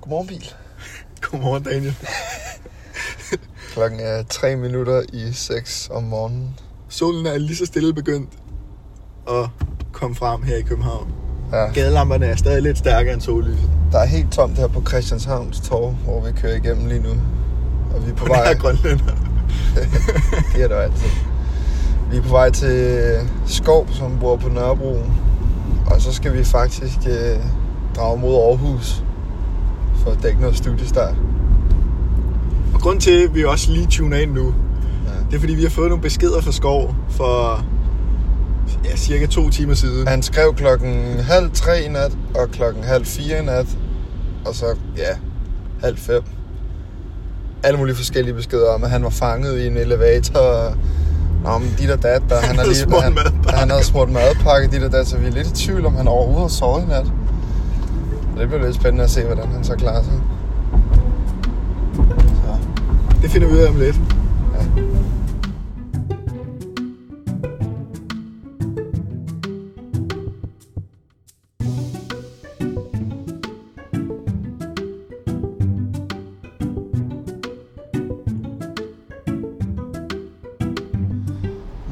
Godmorgen, bil. Godmorgen, Daniel. Klokken er 3 minutter i 6 om morgenen. Solen er lige så stille begyndt at komme frem her i København. Ja, Gadelamperne er stadig lidt stærkere end sollyset. der er helt tomt her på Christianshavns Torv, hvor vi kører igennem lige nu. Og vi er på På vej... nær grønlænder. Det er der jo altid. Vi er på vej til Skov, som bor på Nørrebro. Og så skal vi faktisk øh, drage mod Aarhus for at dække noget studiestart. Og grund til, at vi også lige tuner ind nu, Ja. det er fordi, vi har fået nogle beskeder fra Skov for ja, cirka to timer siden. Han skrev klokken halv tre i nat, og klokken halv fire i nat, og så, ja, halv fem. Alle mulige forskellige beskeder om, at han var fanget i en elevator, og Nå, men dit og dat, og han, er havde smurt han, madpakke. han havde smurt madpakke, dit og dat, så vi er lidt i tvivl, om han overhovedet har sovet i nat. Og det bliver lidt spændende at se, hvordan han så klarer sig. Så, Det finder vi ud af om lidt. ja.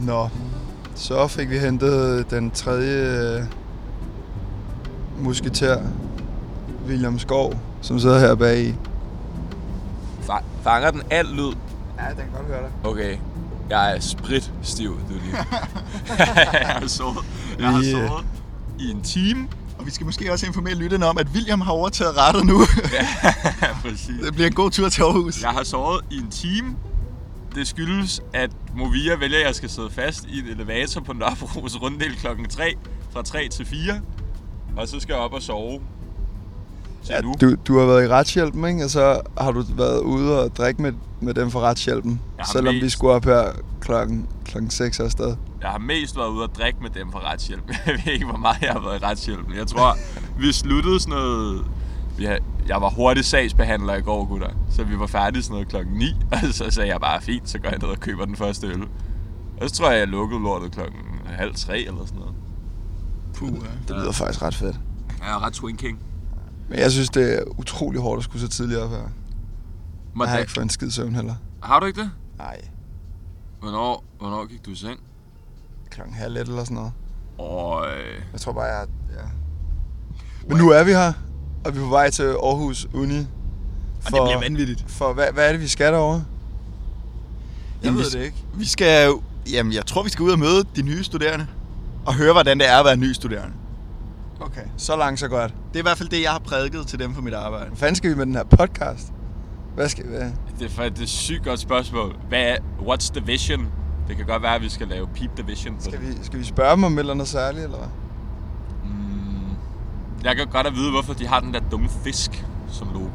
Nå, så fik vi hentet den tredje øh, musketer, William Skov, som sidder her bag i. Fa- Fanger den al lyd? Ja, den kan godt høre dig. Okay. Jeg er spritstiv, du lige. jeg har sovet. Jeg har Vi, øh, sovet i en time. Og vi skal måske også informere lytterne om, at William har overtaget rettet nu. Ja, præcis. det bliver en god tur til Aarhus. Jeg har sovet i en time. Det skyldes, at Movia vælger, at jeg skal sidde fast i en elevator på Nørrebro's runddel klokken 3, fra 3 til 4. Og så skal jeg op og sove. Til Ja, nu. du, du har været i retshjælpen, ikke? Og så har du været ude og drikke med, med dem fra retshjælpen. Jeg har selvom vi mest- skulle op her klokken, klokken 6 afsted. Jeg har mest været ude og drikke med dem fra retshjælpen. Jeg ved ikke, hvor meget jeg har været i retshjælpen. Jeg tror, vi sluttede sådan noget... Ja, jeg var hurtig sagsbehandler i går, gutter. Så vi var færdige sådan noget klokken 9, og så sagde jeg bare, fint, så går jeg ned og køber den første øl. Og så tror jeg, jeg lukkede lortet klokken halv tre eller sådan noget. Puh, ja. Det lyder faktisk ret fedt. Jeg er ret twinking. Men jeg synes, det er utrolig hårdt at skulle så tidligt op her. Jeg har ikke fået en skid søvn heller. har du ikke det? Nej, Hvornår, hvornår gik du i seng? klokken halv et eller sådan noget. Og øh, Jeg tror bare, jeg... Ja. Men nu er vi her, og vi er på vej til Aarhus Uni. For, det bliver vanvittigt. For hvad, hvad er det, vi skal derovre? Jeg Jamen, ved vi- det ikke. Vi skal jo... Jamen, jeg tror, vi skal ud og møde de nye studerende. Og høre, hvordan det er at være ny studerende. Okay, så langt, så godt. Det er i hvert fald det, jeg har prædiket til dem for mit arbejde. Hvad fanden skal vi med den her podcast? Hvad skal vi... det er faktisk et sygt godt spørgsmål. Hvad er, what's the vision? Det kan godt være, at vi skal lave peep the vision. på Skal vi, skal vi spørge dem om et eller andet særligt, eller hvad? Mm, jeg kan godt at vide, hvorfor de har den der dumme fisk som logo.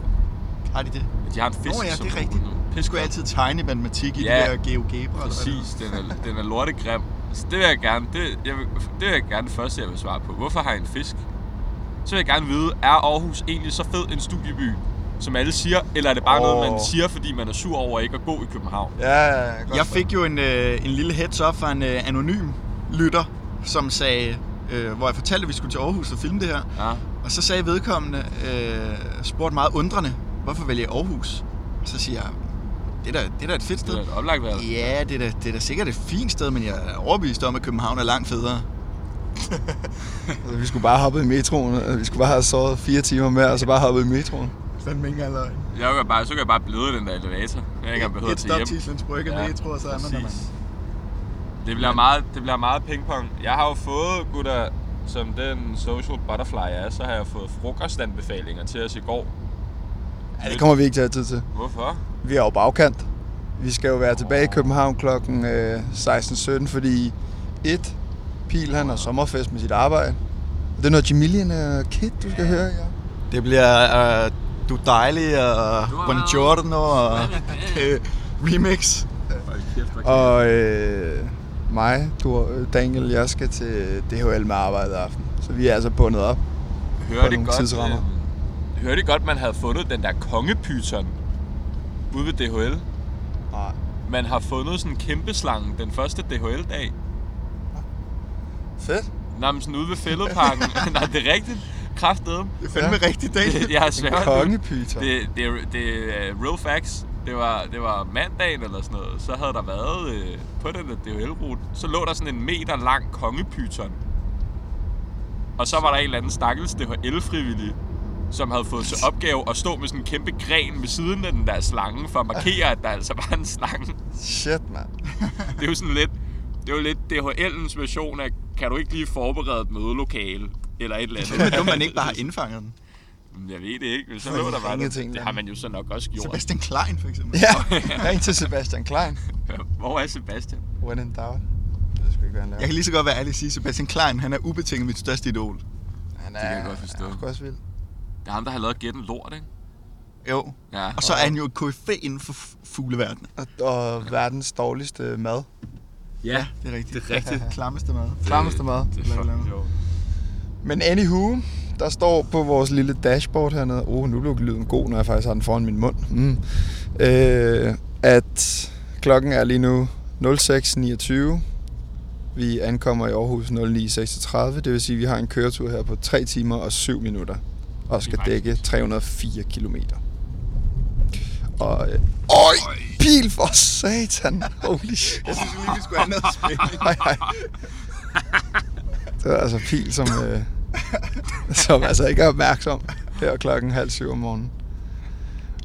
Har de det? De har en fisk Nå ja, som det er logo rigtigt. nu. Det skulle jeg altid tegne i matematik i Ja. ja. det der GeoGebra. Præcis, den er, den er lortegrim. Så det vil jeg gerne, det, jeg vil, det vil jeg gerne det første, jeg vil svare på. Hvorfor har I en fisk? Så vil jeg gerne vide, er Aarhus egentlig så fed en studieby, som alle siger, eller er det bare oh. noget, man Åh. siger, fordi man er sur over ikke at gå i København? Ja, ja, ja, godt Jeg så. fik jo en, øh, en lille heads up fra en øh, anonym lytter, som sagde, øh, hvor jeg fortalte, at vi skulle til Aarhus og filme det her. Ja. Og så sagde vedkommende, øh, spurgte meget undrende, hvorfor vælger jeg Aarhus? Så siger jeg, det er da, det er da et fedt sted. Det er et oplagt valg. Ja, det er, da, det er da sikkert et fint sted, men jeg er overbevist om, at København er langt federe. Altså, vi skulle bare hoppe i metroen. og Vi skulle bare have sovet fire timer mere, og så bare hoppe i metroen. Fandme ikke engang løgn. Jeg kan bare, så kan jeg bare blive i den der elevator. Jeg har ikke engang behøvet at tage hjem. Islands Brygge, præcis. Det bliver meget, det bliver meget pingpong. Jeg har jo fået, gutter, som den social butterfly er, så har jeg fået frokostanbefalinger til os i går. Ja, det kommer vi ikke til at have tid til. Hvorfor? Vi er jo bagkant. Vi skal jo være tilbage i København kl. 16.17, fordi et Pil han har sommerfest med sit arbejde. Og det er noget Jamilian og Kid, du skal høre. Ja. Det bliver øh, Du er dejlig og Buongiorno og øh, remix. Og øh, mig, du og Daniel, jeg skal til DHL med arbejde i aften. Så vi er altså bundet op. Hører det nogle godt, tidsrammer. øh, hører det godt, man havde fundet den der kongepyton ude ved DHL? Ah, Nej. Man har fundet sådan en kæmpe slange den første DHL-dag. Fedt. Nå, men sådan ude ved fældeparken. Nej, det er rigtigt. kraftedeme. Det er fandme Ja. ja. rigtig dag. Det- Jeg har En svært. kongepitor. Det, det, er- det er real facts. Det var, det var mandagen eller sådan noget. Så havde der været øh, på den der DHL-rute, så lå der sådan en meter lang kongepyton. Og så var der en eller anden stakkels DHL-frivillig, som havde fået til opgave at stå med sådan en kæmpe gren ved siden af den der slange, for at markere, at der altså var en slange. Shit, mand. Det er jo sådan lidt, det er jo lidt DHL'ens version af, kan du ikke lige forberede et mødelokale? Eller et eller andet. Det er dumt, man ikke bare har indfanget den. Jeg ved det ikke, men så Har lå I der bare ringet det. til en Det eller har anden? man jo så nok også gjort. Sebastian Klein, for eksempel. Ja, ring til Sebastian Klein. Hvor er Sebastian? When in doubt. Det skal ikke være, han laver. Jeg kan lige så godt være ærlig og sige, Sebastian Klein, han er ubetinget mit største idol. Han er, kan jeg godt forstå. Han er sgu også vild. Det er ham, der har lavet Gætten Lort, ikke? Jo. Ja. Og så er han jo et KFA inden for f- fugleverdenen. Og, og verdens dårligste mad. ja. Det er rigtigt. Det er rigtigt. Klammeste mad. Klammeste mad. Det, det er fucking sjovt. Men anywho, der står på vores lille dashboard hernede, oh, nu blev lyden god, når jeg faktisk har den foran min mund, mm. øh, at klokken er lige nu 06.29. Vi ankommer i Aarhus 09.36, det vil sige, at vi har en køretur her på 3 timer og 7 minutter, og skal dække 304 kilometer. Og... Øh, øj, pil for satan! Holy shit! Jeg synes lige, vi skulle have noget spænding. Hej, hej. Det var altså pil, som, øh, som altså ikke er opmærksom her klokken halv syv om morgenen.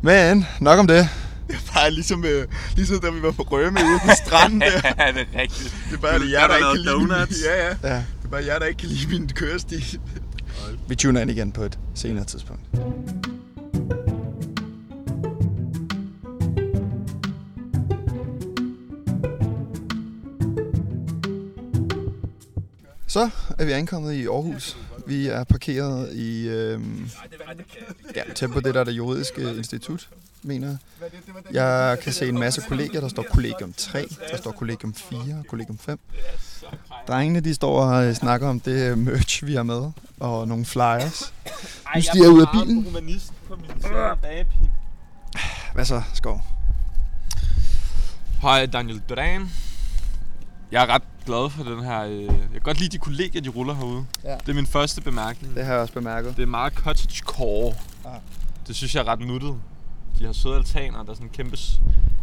Men nok om det. Det er bare ligesom, øh, ligesom da vi var på Rømme ude på stranden der. Ja, det er rigtigt. Det er bare Du- jer, har der ikke lavet kan lide donuts. Min, ja, ja. Ja, Det er bare jer, der ikke kan lide min kørestil. vi tuner ind igen på et senere tidspunkt. Så er vi ankommet i Aarhus. Vi er parkeret i øhm, ja, tæt på det, der er det juridiske institut, mener jeg. Jeg kan se en masse kolleger, der står kollegium 3, der står kollegium 4 og kollegium 5. Drengene, de står og øh, snakker om det øh, merch, vi har med, og nogle flyers. Nu stiger jeg ud af bilen. humanist på min dage, Hvad så, Skov? Hej, Daniel Duran. Jeg er ret glad for den her... Øh... Jeg kan godt lide de kolleger, de ruller herude. Ja. Det er min første bemærkning. Det har jeg også bemærket. Det er meget cottagecore. Ah. Det synes jeg er ret nuttet. De har søde altaner, der er sådan en kæmpe s-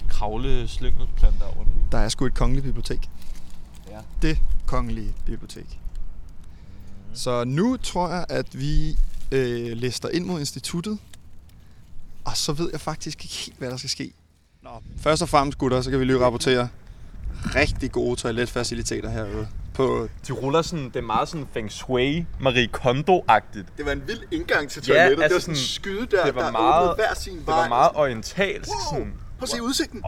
kravle slyngelplanter over det hele. Der er sgu et kongeligt bibliotek. Ja. Det kongelige bibliotek. Mhm. Så nu tror jeg, at vi øh, lister ind mod instituttet. Og så ved jeg faktisk ikke helt, hvad der skal ske. Nå, først og fremmest, gutter, så kan vi lige rapportere rigtig gode toiletfaciliteter herude. På, De ruller sådan, det er meget sådan Feng Shui, Marie Kondo-agtigt. Det var en vild indgang til Ja, toilettet. altså Ja, altså, det var sådan sådan- en skyde der, det var der meget- åbnede hver sin Det vej. var meget orientalsk. Wow, Sådan. prøv at se udsigten.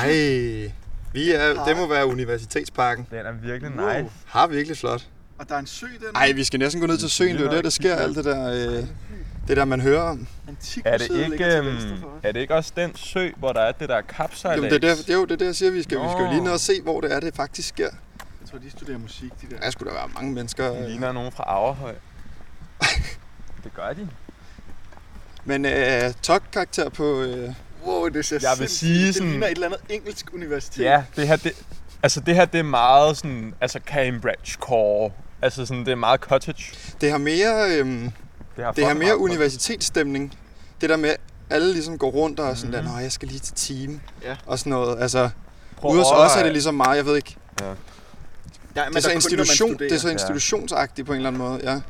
ej, vi er, det må være Universitetsparken. Den er virkelig nice. Har virkelig flot. Og der er en sø der. Nej, vi skal næsten gå ned til søen. Det er jo der, der sker alt det der, øh, det der man hører om. Er det, ikke, øhm, er det ikke også den sø, hvor der er det der kapsejlads? Jamen, det er der, jo, det er der, jeg siger, vi skal, vi skal jo Nå. lige ned og se, hvor det er, det faktisk sker. Jeg tror, de studerer musik, de der. Der skulle der være mange mennesker. De øh. ligner nogen fra Averhøj. det gør de. Men øh, top-karakter på... Øh, Wow, det ser Jeg vil sindssygt- sige det sådan- ligner et eller andet engelsk universitet. Ja, det her, det, altså det her, det er meget sådan, altså Cambridge Core. Altså sådan, det er meget cottage. det har mere, øh, Det har, det har fucking mere meget- universitetsstemning. Det der med, at alle ligesom går rundt og er sådan Mhm. mm. der, Nå, jeg skal lige til time. Ja. Og sådan noget. Altså, Prøv ude hos at os er overveje- det ligesom meget, jeg ved ikke. der, men Det er, så der kun, når man institution, det er studerer. så institutionsagtigt på en eller anden måde, ja.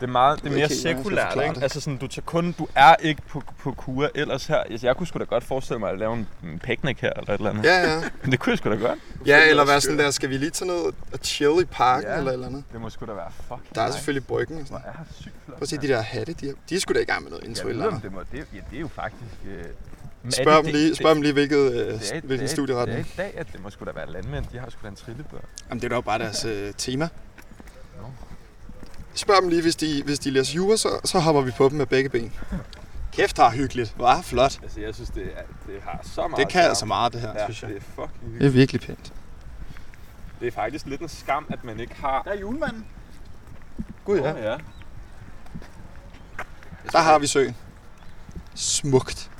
Det er, meget, det Jeg er ved mere ikke helt, hvordan jeg skal sekulært, forklare ikke? det. Altså sådan, du tager kun, du er ikke på, på kur ellers her. Altså, jeg kunne sgu da godt forestille mig at lave en, en picnic her eller et eller andet. Ja, ja. Det kunne jeg sgu da godt. Ja, eller være sådan der, skal vi lige tage ned og chill i parken Ja. ja. eller et eller andet. Det må sgu da være fucking Der er nice. selvfølgelig bryggen og sådan Hvor noget. er det sygt flot. Prøv at se de der hatte, de, de er sgu da i gang med noget intro Jeg eller ved, om andet. det, må, det, ja, det er jo faktisk... Øh, men er Spørg det- dem det- lige, det- spørg dem lige hvilket, øh, det er- det er- hvilken Det studieretning. er i dag, at det må sgu da være landmænd. De har sgu da en trillebør. Jamen, det er da jo bare deres øh, tema. Spørg dem lige, hvis de, hvis de læser jura, så, så hopper vi på dem med begge ben. Kæft, har hyggeligt. Var flot. Altså, jeg synes, det, er, det har så meget... Det kan altså meget, det her, ja, synes jeg. Det er fucking Det er virkelig pænt. Det er faktisk lidt en skam, at man ikke har... Der er julemanden. Gud ja. Åh, ja. Der har vi søen. Smukt.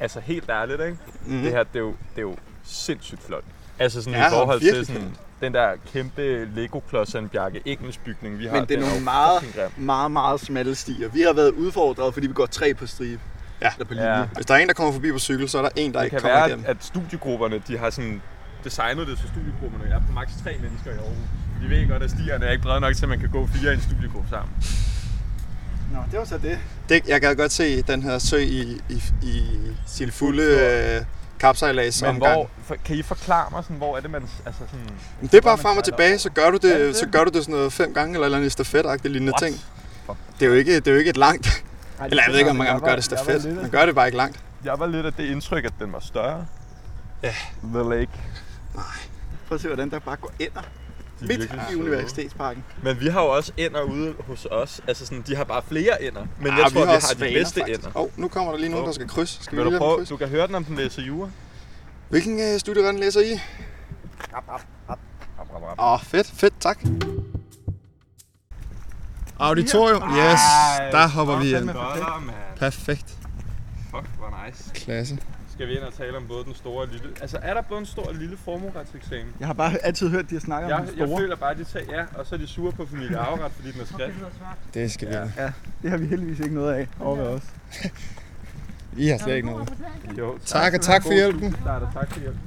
Altså, helt ærligt, ikke? Mm. Mhm. Det her, det er jo, det er jo sindssygt flot. Altså sådan Ja, i forhold til virkelig sådan... den der kæmpe Lego-klodsandbjerke engelsk bygning, vi har. Men det er den nogle jo meget, fucking grim. meget, meget smalle stier. Vi har været udfordret, fordi vi går tre på stribe. Ja. Eller på linje. Ja, Ja. Hvis der er en, der kommer forbi på cykel, så er der en, der det ikke kan kommer være, igennem. at studiegrupperne, de har sådan designet det, så studiegrupperne er på maks. tre mennesker i Aarhus. Vi ved godt, at stierne er ikke brede nok til, at man kan gå fire i en studiegruppe sammen. Nå, det var så det. Det, jeg kan godt se den her sø i, i, i sin fulde øh, kapsejlads Men omgang. hvor, for, kan I forklare mig, sådan, hvor er det, man... Altså sådan, Men Det er bare hvor frem og man starter? tilbage, så gør du det, Ja, det er så det. gør du det sådan noget fem gange eller et eller andet i stafet lignende What? ting. Det er jo ikke, det er jo ikke et langt... Ej, det Eller jeg ved ikke, om man jeg kan var- gøre det jeg var stafet. lidt- Man gør det bare ikke langt. Jeg var lidt af det indtryk, at den var større. Ja. The Lake. Prøv at se, hvordan der bare går ender. De er Midt virkelig i søde. Universitetsparken. Men vi har jo også ender ude hos os. Altså sådan, de har bare flere ender. Men Ah, jeg tror, vi har, også de svaner, bedste faktisk. ender. Åh, oh, nu kommer der lige nogen, der skal krydse. Skal vi lige Vil du, lade dem prøve, krydse? du kan høre den, om den læser jura. Hvilken øh, studierende læser I? Rap, rap, rap. Åh, oh, fedt. Fedt, tak. Auditorium. Yes, der hopper vi ind. ind. Perfekt. Fuck, hvor nice. Klasse. Skal vi ind og tale om både den store og lille... Altså, er der både en stor og lille formueretseksamen? Jeg har bare altid hørt, de har snakket om Jeg, den jeg store. føler bare, at de tager ja, og så er de sure på familie arveret, fordi den er skrift. Det skal vi. Ja. Det har vi heldigvis ikke noget af over ved os. I har slet ikke noget. Jo, Tak, og tak for hjælpen. Tak, og tak for hjælpen.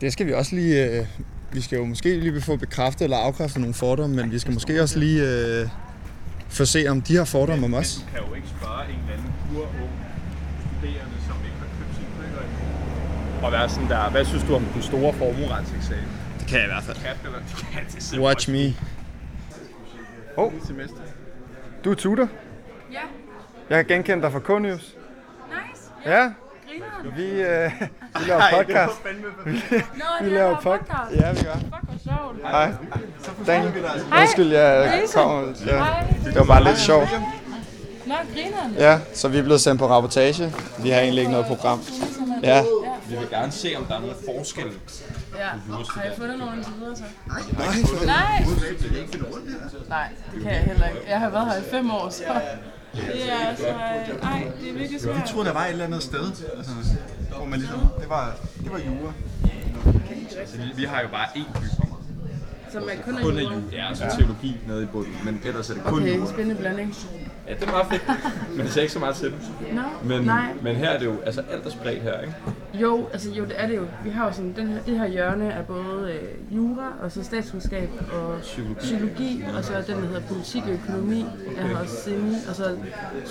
Det skal vi også lige... Øh, vi skal jo måske lige få bekræftet eller afkræftet nogle fordomme, men vi skal måske også lige øh, få se, om de har fordomme om os. Men du kan jo ikke spørge en eller anden urung studerende, som ikke har købt sin bøger endnu. Og være sådan der, hvad synes du om den store formueretseksamen? Det kan jeg i hvert fald. Kat eller kat? Det er simpelthen- Watch me. Du er tutor. Ja, Jeg har genkendt dig fra Konius. nice. Ja, Grineren. vi, øh, vi laver podcast. Nå, vi laver pod- podcast. Ja, vi gør. Fuck, hvor sjovt. Hej. Dan, Hej. undskyld, jeg Louise. kommer. Ja. Hej. Det var bare lidt sjovt. Nå, grineren. Ja, så vi er blevet sendt på rapportage. Vi har egentlig ikke noget program. ligesom Ja, Vi vil gerne se, om der er noget forskel. Ja. Har jeg fundet nogen indtil videre så? Nej. Nej, det kan jeg heller ikke. Jeg har været her i fem år, så... Det er altså... øh, Nej, det er virkelig svært. Jeg troede, der var et eller andet sted, altså, hvor man ligesom, det var, det var jura. Vi, vi har jo bare én by. Så man kun Kun af er jul. Ja, så teologi nede i bunden, men ellers er det kun Okay, jul. spændende blanding. Ja, det er meget fedt, men det er ikke så meget til dem. Nå, Men, nej. men her er det jo, altså alt er spredt her, ikke? Jo, altså jo, det er det jo. Vi har jo sådan, den her, det her hjørne er både øh, jura, og så statskundskab, og psykologi, psykologi og så den, der hedder politik og økonomi, okay. er her også semi, og så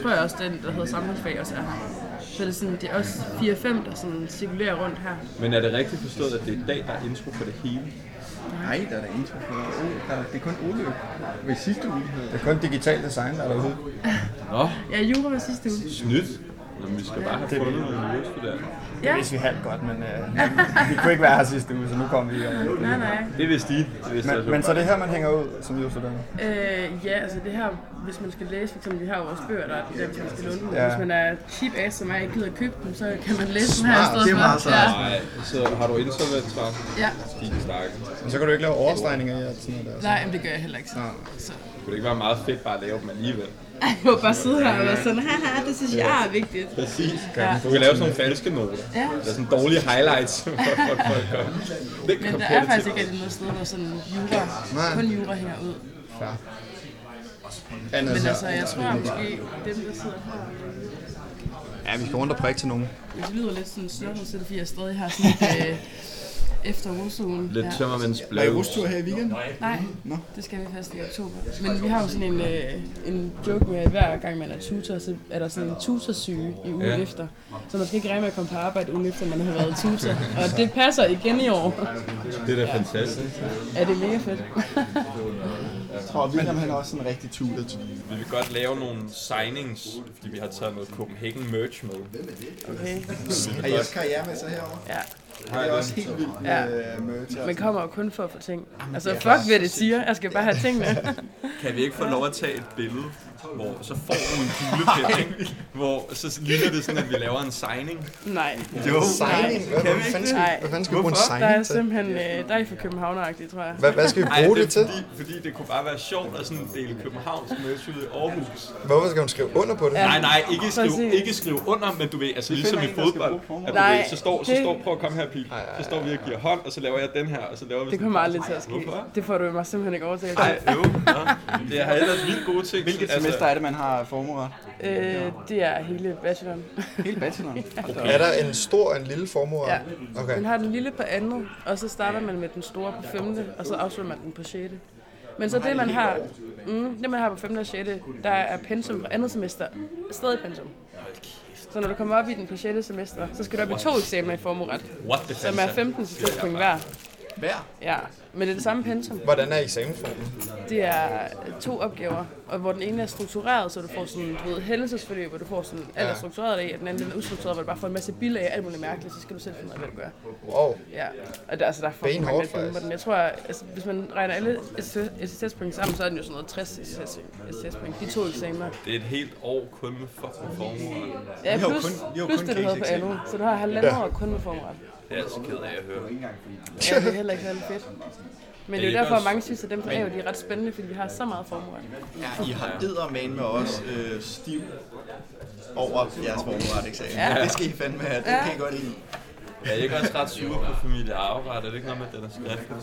tror jeg også den, der hedder samfundsfag også er her. Så det er, sådan, det er også 4-5, der sådan cirkulerer rundt her. Men er det rigtigt forstået, at det er i dag, der er intro for det hele? Nej, der er der intro for. Der er, det er kun Oløb. Ved sidste uge havde det er kun digital design, der er derude. Nå, Ja, jura var sidste uge. snydt. Nå, men vi skal bare have fundet nogle jurastuderende. Ja, Vi halvt godt, men øh, vi kunne ikke være her sidste uge, så nu kommer vi. Øh. nej, nej. Det vidste de. Det vidste jeg Men, men så er det her, man hænger ud som jurastuderende. Øh, ja, altså det her, hvis man skal læse, for eksempel, vi har jo også bøger, der er der, hvis man skal låne dem. Ja. Hvis man er cheap ass, som jeg ikke gider at købe dem, så kan man læse dem her i stedet det er for. meget smart. ja, Nej, så har du insolvensret. ja. Din stakke. Men så kan du ikke lave overstregninger i alt sådan noget der. Nej, men det gør jeg heller ikke. Så. så. Kunne det ikke være meget fedt bare at lave dem alligevel? Jeg må bare sidde her og være sådan, haha, det synes jeg er vigtigt. Præcis. Ja. Du kan lave sådan nogle falske noter. Ja. Der er sådan dårlige highlights. for folk, folk gør. Det Men kan der få er det faktisk til- ikke rigtig noget sted, hvor sådan jura, kun jura hænger ud. Andet Men altså, så. jeg tror måske, dem der sidder her, Ja, vi skal rundt og prikke til nogen. hvis det lyder lidt sådan snottet, så er det fordi, jeg stadig har sådan et, øh, efter rusugen. Lidt Ja. tømmermænds blød. rustur her i weekenden. Nej, Mhm. det skal vi først i oktober. Men vi har jo sådan en, øh, en joke med, at hver gang man er tutor, så er der sådan en tutorsyge i ugen Ja. ja. efter. Så man skal ikke regne med at komme på arbejde ugen efter, man har været tutor. Og det passer igen i år. Det er da fantastisk. Er det mega fedt? Jeg tror, William han er også en rigtig tutet. Vi vil godt lave nogle signings, fordi vi har taget noget Copenhagen merch med. Okay. Er jeres karriere med sig herovre? Ja. Det er også helt vildt Ja. med øh, merch. Man kommer jo kun for at få ting. Altså fuck hvad det siger, jeg skal bare have tingene. Kan vi ikke få lov at tage et billede hvor så får du en kuglepen, ikke? Hvor så ligner det sådan, at vi laver en signing. Nej. Jo, signing. Hvad, hvad, fanden skal, Nej. hvad fanden skal vi bruge en Der er signing til? simpelthen, øh, der er I for københavneragtigt, tror jeg. Hvad, hvad skal vi Ej, bruge det det til? Fordi, fordi det kunne bare være sjovt at sådan dele Københavns mødes ud i Aarhus. Hvorfor skal hun skrive under på det? Ja. Nej, nej, ikke skrive, Præcis. ikke skrive under, men du ved, altså ligesom i en, der skal fodbold, bruge formål. at du Nej, ved, så står, så det- står, prøv at komme her, pil. Så står vi og giver hånd, og så laver jeg den her, og så laver vi Det sådan- kommer aldrig til at ske. Hvorfor? Det får du mig simpelthen ikke overtalt. Nej, jo, ja. Det har ellers vildt gode ting. Hvilket altså- semester er det, man har formueret? Øh, det er hele bacheloren. Hele bacheloren. Er der en stor og en lille formue? Ja. Okay. Man har den lille på andet, og så starter man med den store på femte, og så afslutter man den på sjette. Men så det, man har, mm, det, man har på 5. og 6., der er pensum på andet semester. Stadig pensum. Så når du kommer op i den på 6. semester, så skal du op i to eksamener i formueret, What the som er 15 til 60 point hver. Hver? Ja, men det er det samme pensum. Hvordan er eksamenformen? Det er øh, to opgaver, og hvor den ene er struktureret, så du får sådan du ved, hændelsesforløb, hvor du får sådan alt er struktureret i, og den anden den er ustruktureret, hvor du bare får en masse bilag og alt muligt mærkeligt, så skal du selv finde ud af, hvad du gør. Wow. Ja, og der, altså, der er fucking Benhårdt, mange der dumper faktisk. den. Jeg tror, altså, hvis man regner alle SSS-point sammen, så er den jo sådan noget 60 SSS-point. De to eksamener. Det er et helt år kun med fucking formuer. Ja, jo plus, kun- vi har jo plus kun det, du havde på case-eksamener. andet. Så du har halvandet år kun med formret. Det er jeg så ked af at høre. Ja, det er heller ikke særlig fedt. Men det er det jo er derfor, at også- mange synes, at dem på AU, de er ret spændende, fordi vi har så meget formueret. Ja, I har eddermane med os øh, stiv over jeres formueretteksamen. Ja. Ja. Det skal I fandme have. Det kan I godt lide. Ja, jeg er ikke også ret sur på familie Arveret. Er det ikke noget med, at den er skriftlig?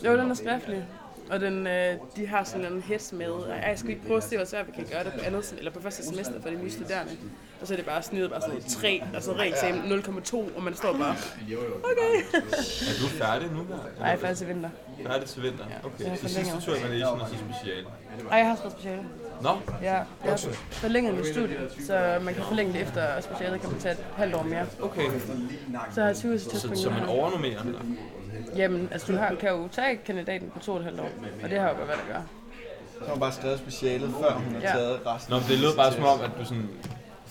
siger? Jo, den er skriftlig. Og den, øh, de har sådan en hest med, og "Ej, jeg skal ikke prøve at se, hvor svært vi kan gøre det på, andet, sem- eller på første semester for de nye studerende. Og så er det bare snidet bare sådan noget altså 3, og så reeksamen 0,2, og man står bare, okay. Er du færdig nu? Der? Nej, faktisk i vinter. Færdig til vinter? Ja, Okay, så forlænger. sidste tur i Malaysia og så special. Ej, jeg har skrevet speciale. Nå, Ja, jeg har forlænget mit studie, så man kan forlænge det efter, og specialet kan man tage et halvt år mere. okay. Så har jeg 20 til Så, så man overnormerer eller? Jamen, altså du har, kan jo tage kandidaten på to og et halvt år, og det har jeg jo bare valgt at gøre. Så har hun bare skrevet specialet, før hun har Ja. taget resten. Nå, men det lød bare som om, at du sådan...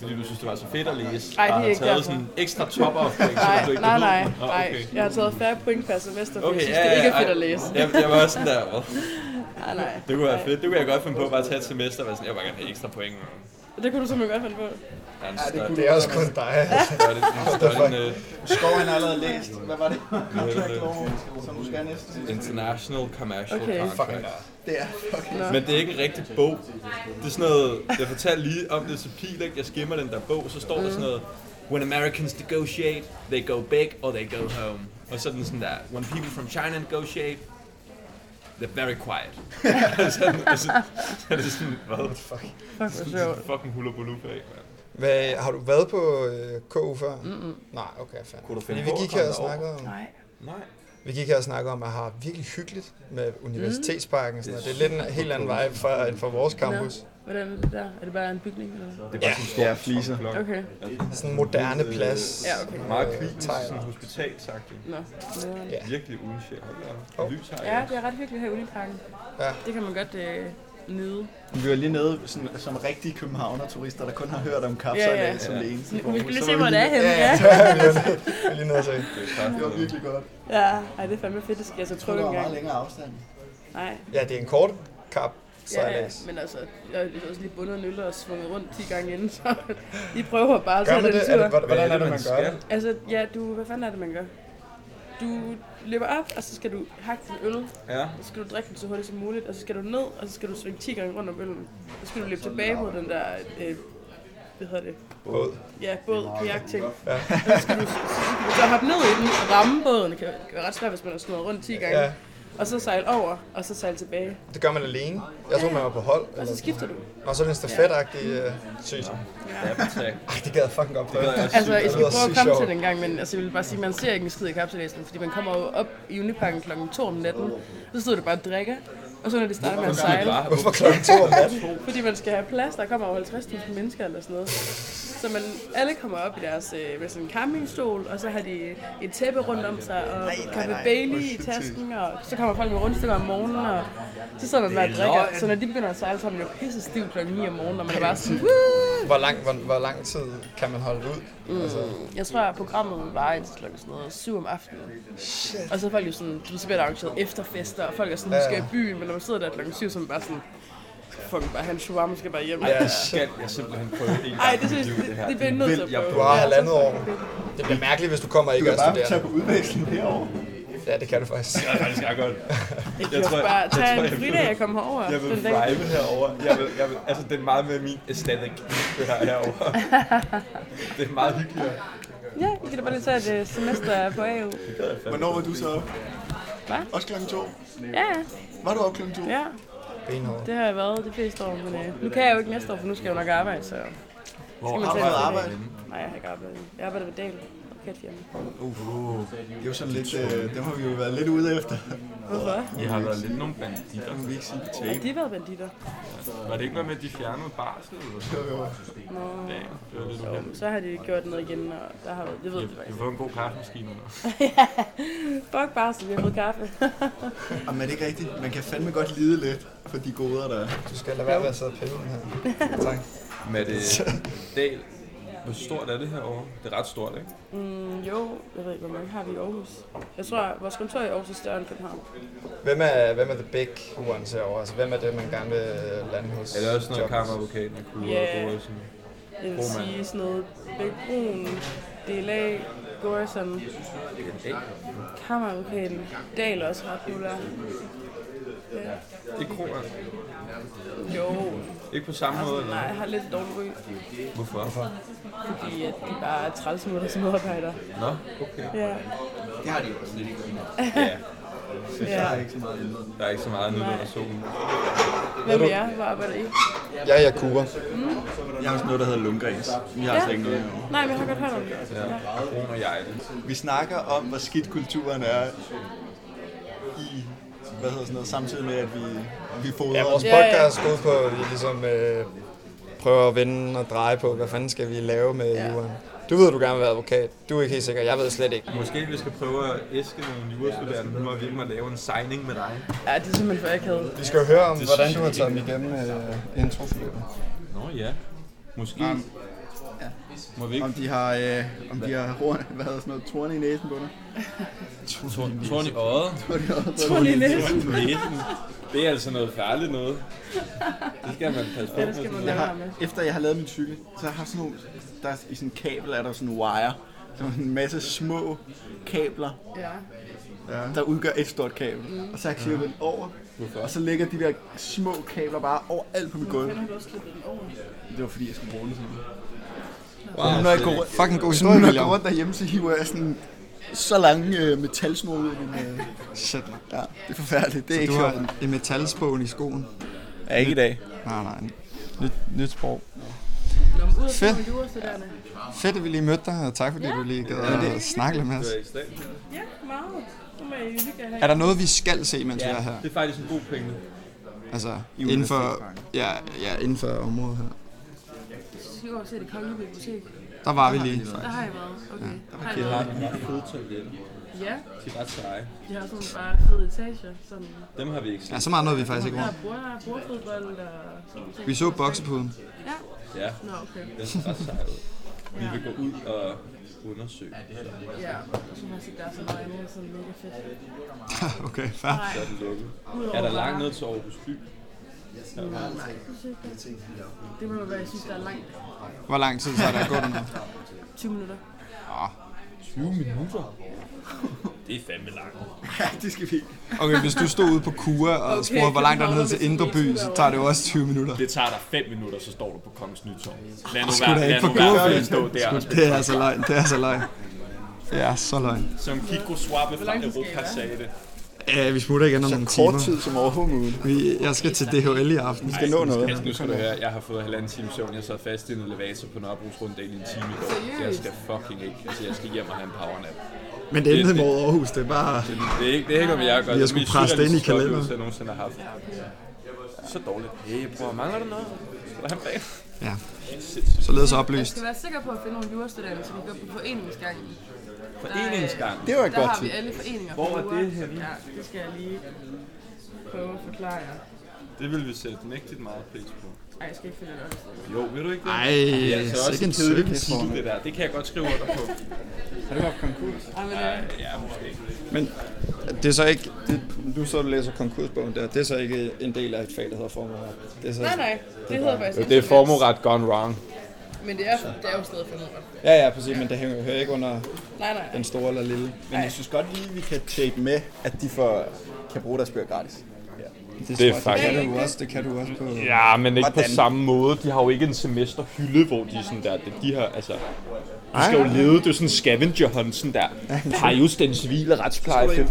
Fordi du synes, det var så fedt at læse. Ej, det er og har ikke taget derfor. sådan ekstra topper op, for eksempel, du Nej, ikke nej, ved. nej, Nå, nej. okay. Jeg har taget færre point per semester, for jeg Okay, synes, ja, det ja, ikke er ej. fedt at læse. Jeg, jeg var også sådan der, "Åh, Nej, nej. det kunne være fedt. Det kunne jeg godt finde på, bare at tage et semester og være sådan, jeg vil bare gerne have ekstra point. og Det kunne du simpelthen godt finde på. Der er en større, Det er også kun dig. større, en større, øh, Skov, han har allerede læst. Hvad var det? Contract det. law, som du skal næste. International Commercial Okay. Contract. Det er fucking... Men det er ikke en rigtig bog. Det er sådan noget, jeg fortalte lige om det til Pil, ikke? jeg skimmer den der bog, så står der sådan noget, When Americans negotiate, they go big or they go home. Og så er den sådan der, When people from China negotiate, they're very quiet. og så, og så, så er det sådan, hvad? Fuck, Fuck, hvor sjovt. fucking hullabaloo bag, mand. Hvad, har du været på øh, KU før? Mm-mm. Nej, okay, fanden. Kunne du Fordi finde vi på at gik komme her og derover? snakkede om, Nej. Nej. vi gik her og snakkede om, at har virkelig hyggeligt med Universitetsparken. og Sådan noget. Det er lidt en helt anden vej fra, end fra vores campus. Hvordan er det der? Er det bare en bygning? Eller? hvad? Det er bare sådan en stor Ja, fliser. Okay. Sådan en moderne plads. Ja, okay. Meget kvikt, Tegl. sådan hospitalsagtigt. Nå. nederen. Ja. Virkelig uden sjæl. Hold da op. Hov. Lys har Ja, jeg. det er ret hyggeligt her i Uniparken. Ja. Det kan man godt øh, nyde. Vi var lige nede sådan, som rigtige københavner-turister, der kun har hørt om kapsejlads som det eneste. Vi formål. skal lige Så se, var hvor det er henne. Ja, Jeg er lige nødt til at se. Det var virkelig godt. ja. Ej, det er fandme fedt. Det skal jeg så Jeg tror, trykke det var en meget gang. længere afstand. Nej. Ja, det er en kort kap. Ja, ja, men altså, jeg har også lige bundet en øl og svunget rundt 10 gange inden, så I prøver bare at Gør tage man den det? Er det tur. hvordan er det, man gør det? Altså, ja, du, hvad fanden er det, man gør? Du løber op, og så skal du hakke din øl, Ja. så skal du drikke den så hurtigt som muligt, og så skal du ned, og så skal du svinge 10 gange rundt om øllen. Så skal du løbe tilbage mod den der, øh, hvad hedder det, Båd. ja, båd, kajak ting. Ja. Så skal du, du så hoppe ned i den og ramme båden. Det kan kan være ret svært, hvis man har snurret rundt 10 gange. Ja. Ja. Og så sejle over, og så sejle tilbage. Det gør man alene. Jeg tror, man var på hold. Og Eller... så skifter du. Og så er det en stafetagtig øh, sygt. Ja. Tak. Ej, det gad jeg fucking godt prøve. Altså, I Det lyder skal prøve at sygt komme sjovt. til den gang, men altså, jeg vil bare sige, at man ser ikke en skid i kapselæsen, fordi man kommer jo op i Uniparken kl. 2 om natten, så sidder du bare og drikker, og så når det starter med at sejle, Hvorfor klokken to om natten? fordi man skal have plads, der kommer over 50.000 mennesker eller sådan noget. Så man, alle kommer op i deres øh, med sådan en campingstol, og så har de et tæppe rundt om sig, og kaffe Bailey i tasken, og så kommer folk med rundstykker om morgenen, og så sidder man bare og drikker. Så når de begynder at sejle, så er man jo pisse stiv kl. 9 om morgenen, og man er bare sådan, "Woo!" Hvor lang, hvor, hvor lang tid kan man holde det ud? Altså, Jeg tror, at programmet var indtil klokken sådan noget, syv om aftenen. Shit. Og så er folk jo sådan, du ved, så bliver der arrangeret efterfester, og folk er sådan, du skal i byen, men når man sidder der klokken syv, så er man bare sådan, Fuck, bare han shawarma skal bare hjem. Jeg skal jeg simpelthen prøve en gang Altså- Ej, i det synes mit liv, det, her. det bliver jeg nødt til at vil jeg prøve. Du har Ja, halvandet så- år. Det bliver mærkeligt, hvis du kommer og Du ikke kan er bare tage studerende. på udveksling herovre. Ja, det kan du faktisk. Det er faktisk ret godt. Jeg Jeg kan tror- også bare jeg tage tror, en jeg fridag, vil- jeg kommer over Jeg vil den dag. vibe herover. Jeg vil, jeg vil, altså, det er meget med min aesthetic, det her herover. Det er meget hyggeligere. Ja, jeg kan da bare lige tage et øh, semester på AU. Hvornår var du så op? Hvad? Også klokken to. Ja, ja. Var du op klokken to? ja. Benhård. Det har jeg været de fleste år, men øh, nu kan jeg jo ikke næste år, for nu skal jeg jo nok arbejde, så... Hvor Har du været arbejde? Nej, jeg har ikke arbejdet. Jeg arbejder ved Dal. Raketfirma. Det er jo sådan lidt, øh, dem har vi jo været lidt ude efter. Hvorfor? I har været lidt nogle banditter. Vi ikke sige på Har tape. de været banditter? Var det ikke noget med, at de fjernede barsel? Eller sådan Nå. noget? Det var lidt Jo, så har de gjort noget igen, og der har været... Det ved jeg uheldigt. Vi faktisk. får en god kaffemaskine. eller? Fuck bare, så vi har fået kaffe. Jamen er det ikke rigtigt? Man kan fandme godt lide lidt for de goder, der er. Du skal lade være med at sidde og pille den her. Tak. Med det Dal, hvor stort er det herovre? Det er ret stort, ikke? mm, jo, jeg ved ikke, hvor mange har vi i Aarhus. Jeg tror, at vores kontor i Aarhus er større end København. Hvem er, hvem er the big ones herovre? Altså, hvem er det, man gerne vil lande hos? Er det også noget Jobs? kammeradvokaten, kunne Ja. yeah. og sådan Jeg vil Broman. sige sådan noget Bækbrun, DLA, Gorson, Kammeradvokaten, Dahl er også ret populær. Ja. Ikke kroner. Jo, Ikke på samme måde, altså, eller? nej, jeg har lidt dårlig ryg, Hvorfor? Hvorfor? fordi at de bare er trælsmutter som arbejder. Nå, okay. Ja, Det har de jo også lidt ikke. Ja, ja. ikke så meget andet. der er ikke så meget nyt Nej. under solen. Hvem er jeg? Hvor arbejder I? Jeg er Jakuba. Jeg har også noget, der hedder Lundgrens. Vi har ja. altså ikke noget. herovre. Nej, men jeg har godt hørt om det. Ja. Kroner jeg det. Vi snakker om, hvor skidt kulturen er i, hvad hedder sådan noget, samtidig med, at vi, vi fodrer Ja, vores Ja, ja. podcast går ud på, at vi ligesom øh, prøver at vende og dreje på, hvad fanden skal vi lave med Ja. ja. jorden. Du ved, du gerne vil være advokat. Du er ikke helt sikker. Jeg ved slet ikke. Måske vi skal prøve at æske nogle jurastuderende, nu har vi ikke at lave en signing med dig. ja, det er simpelthen for akavet. Vi skal jo høre om, hvordan du har taget dem igennem øh, introforløbet. Nå ja, måske. Nå, men- Må vi om ikke? de har, øh, om de har horn, hvad hedder sådan noget, torne i næsen på dig. Torn i øjet. Tror lige lidt. Torn i næsen. Det er altså noget færdigt noget. Det skal man passe på Ja, det skal man med. lade Jeg være har, med. efter jeg har lavet min cykel, så har jeg haft sådan nogle, der er, i sådan en kabel er der sådan en wire. Så er en masse små kabler, Ja. der udgør et stort kabel. Og så har jeg klippet den over, og så ligger de der små kabler bare overalt på mit gulv. Har du også klippet den over? Det var fordi, jeg skulle bruge den sådan. Wow, Når jeg går, Altså, Fucking god når historie, jeg går William. rundt derhjemme, så hiver jeg sådan så lange øh, metalsnore ud i min... Øh. Shit. Ja, det er forfærdeligt. Det er Du ikke sjovt. har en metalspån i skoen. Ja, ikke i dag. Nej, nej. Nyt, nyt sprog. Nå, men ud og Fedt. finde nogle jurastuderende. Fedt, at vi lige mødte dig, og tak fordi du lige gad at snakke lidt med os. Ja, meget. Nu må I hygge jer her. Er der noget, vi skal se, mens vi er her? det er faktisk en god penge. Altså, inden for, ja, ja, inden for området her. Så skal vi over og se det kongelige bibliotek. Der var vi lige. Der har jeg været. Okay. Har I Det har været? en lille fodtoilet. Ja, De er ret seje. de har sådan bare fede etager. Sådan. Dem har vi ikke Ja, set. så meget noget vi faktisk ikke Der rundt. er bord, bordfodbold og sådan Vi ting. så boksepuden. Ja, Nå, okay. den ser ret seje ud. Vi vil gå ud og undersøge. Ja, jeg synes faktisk ikke, der er så meget andet, sådan mega fedt. okay, fair. Nej, Så er den lukket. udover Er der langt bare- ned til Aarhus by? Det må jo være, jeg synes, der er langt. Hvor lang tid tager det at gå dernede? 20 minutter. 20 minutter? Det er fandme langt. det skal vi ikke. Okay, hvis du stod ude på Kura og Okay, spurgte, hvor langt der er ned til København, Indre By, hvis så du tager det jo også 20 minutter. Det tager dig 5 minutter, så står du på Kongens Nytorv. Lad nu Skulle da være, ikke lad få nu være med køreplan. at stå der. og Det er altså løgn, det er altså løgn. Det er så løgn. spille. Som Kiko Swabe fra lang tid skal I Europa være? sagde det. Ja, vi smutter igen om nogle Kort timer. tid som overhovedet muligt. Vi, jeg skal til DHL i aften. skal nå noget. Altså, nu skal du høre, jeg har fået halvanden time søvn. Jeg sad fast i en elevator på Nørrebro's runddel i en time i går. Jeg skal fucking ikke. Altså, jeg skal hjem og have en powernap. Men det endte mod Aarhus, det er bare... Det er ikke, det er ikke om jeg gør. Vi har sgu presset det ind i kalenderen. Jeg nogensinde har haft. Så dårligt. Hey, bror, mangler du noget? Skal du have en bag? Ja, således Jeg opløst. skal være sikker på at finde nogle jurastuderende, så vi går på foreningsgangen. Foreningsgang. Det var et Der godt har tid. vi alle foreninger. Hvor for er jura. det henne? Ja, det skal jeg lige prøve at forklare jer. Det vil vi sætte nægtigt meget pris på. Ej, jeg skal ikke finde det op. Jo, vil du ikke det? Ej, altså sikke en kedelig service. titel, det der. Det kan jeg godt skrive under på. Ej, men, øh, Ja, måske. Men Det er så ikke... Det, du så du læser konkursbogen der. Det er så ikke en del af et fag, der hedder formueret. Det er så, Nej, nej, det hedder faktisk Det er formueret gone wrong. Men det er, det er jo stadig formueret. Ja, ja, præcis. Men det hænger jo hører ikke under Nej, nej. den store eller lille. Men jeg synes godt lige, vi kan tjekke med, at de får, kan bruge deres bøger gratis. Det, Det er Det faktisk- kan du også, det kan du også på... Ja, men ikke Hvordan? på samme måde. De har jo ikke en semesterhylde, hvor de er sådan der, det- de her, altså... De skal jo lede, det er sådan scavenger hunt, sådan der. Har just den civile retspleje.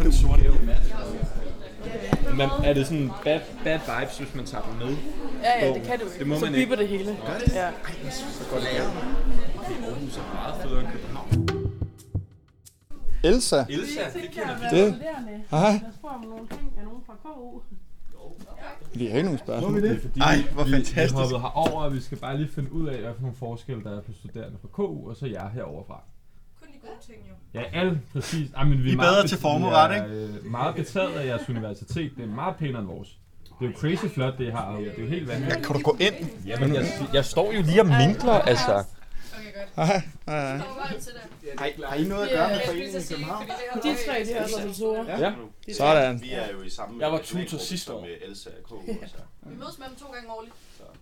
Men er det sådan bad, bad vibes, hvis man tager dem med? Ja, ja, det kan du ikke. Det må så man biber det hele. Ja. Elsa. Elsa, det kender vi. Det. Hej. spørger om nogle ting af nogen fra KU. Vi har ikke nogen spørgsmål. Det er fordi, Ej, hvor vi, fantastisk. Vi er hoppet herover, og vi skal bare lige finde ud af, hvad for nogle forskelle der er på studerende fra KU, og så jeg heroverfra. Kun de gode ting, jo. Ja, alle, præcis. Ej, men vi I er meget bedre bet- til vi formueret, er, øh, meget betaget af jeres universitet. Det er meget pænere end vores. Det er jo crazy flot, det her. Det er jo helt vanvittigt. Kan du gå ind? Jamen, jeg, jeg står jo lige og minkler, altså. Hej. Hej, hej. Har, har I noget at gøre med foreningen i København? De tre, de har også revisorer. Sådan. Vi er jo i samme Jeg var nationalgruppe tutor sidste år. Med Elsa og K. Altså. Vi mødes med dem to gange årligt.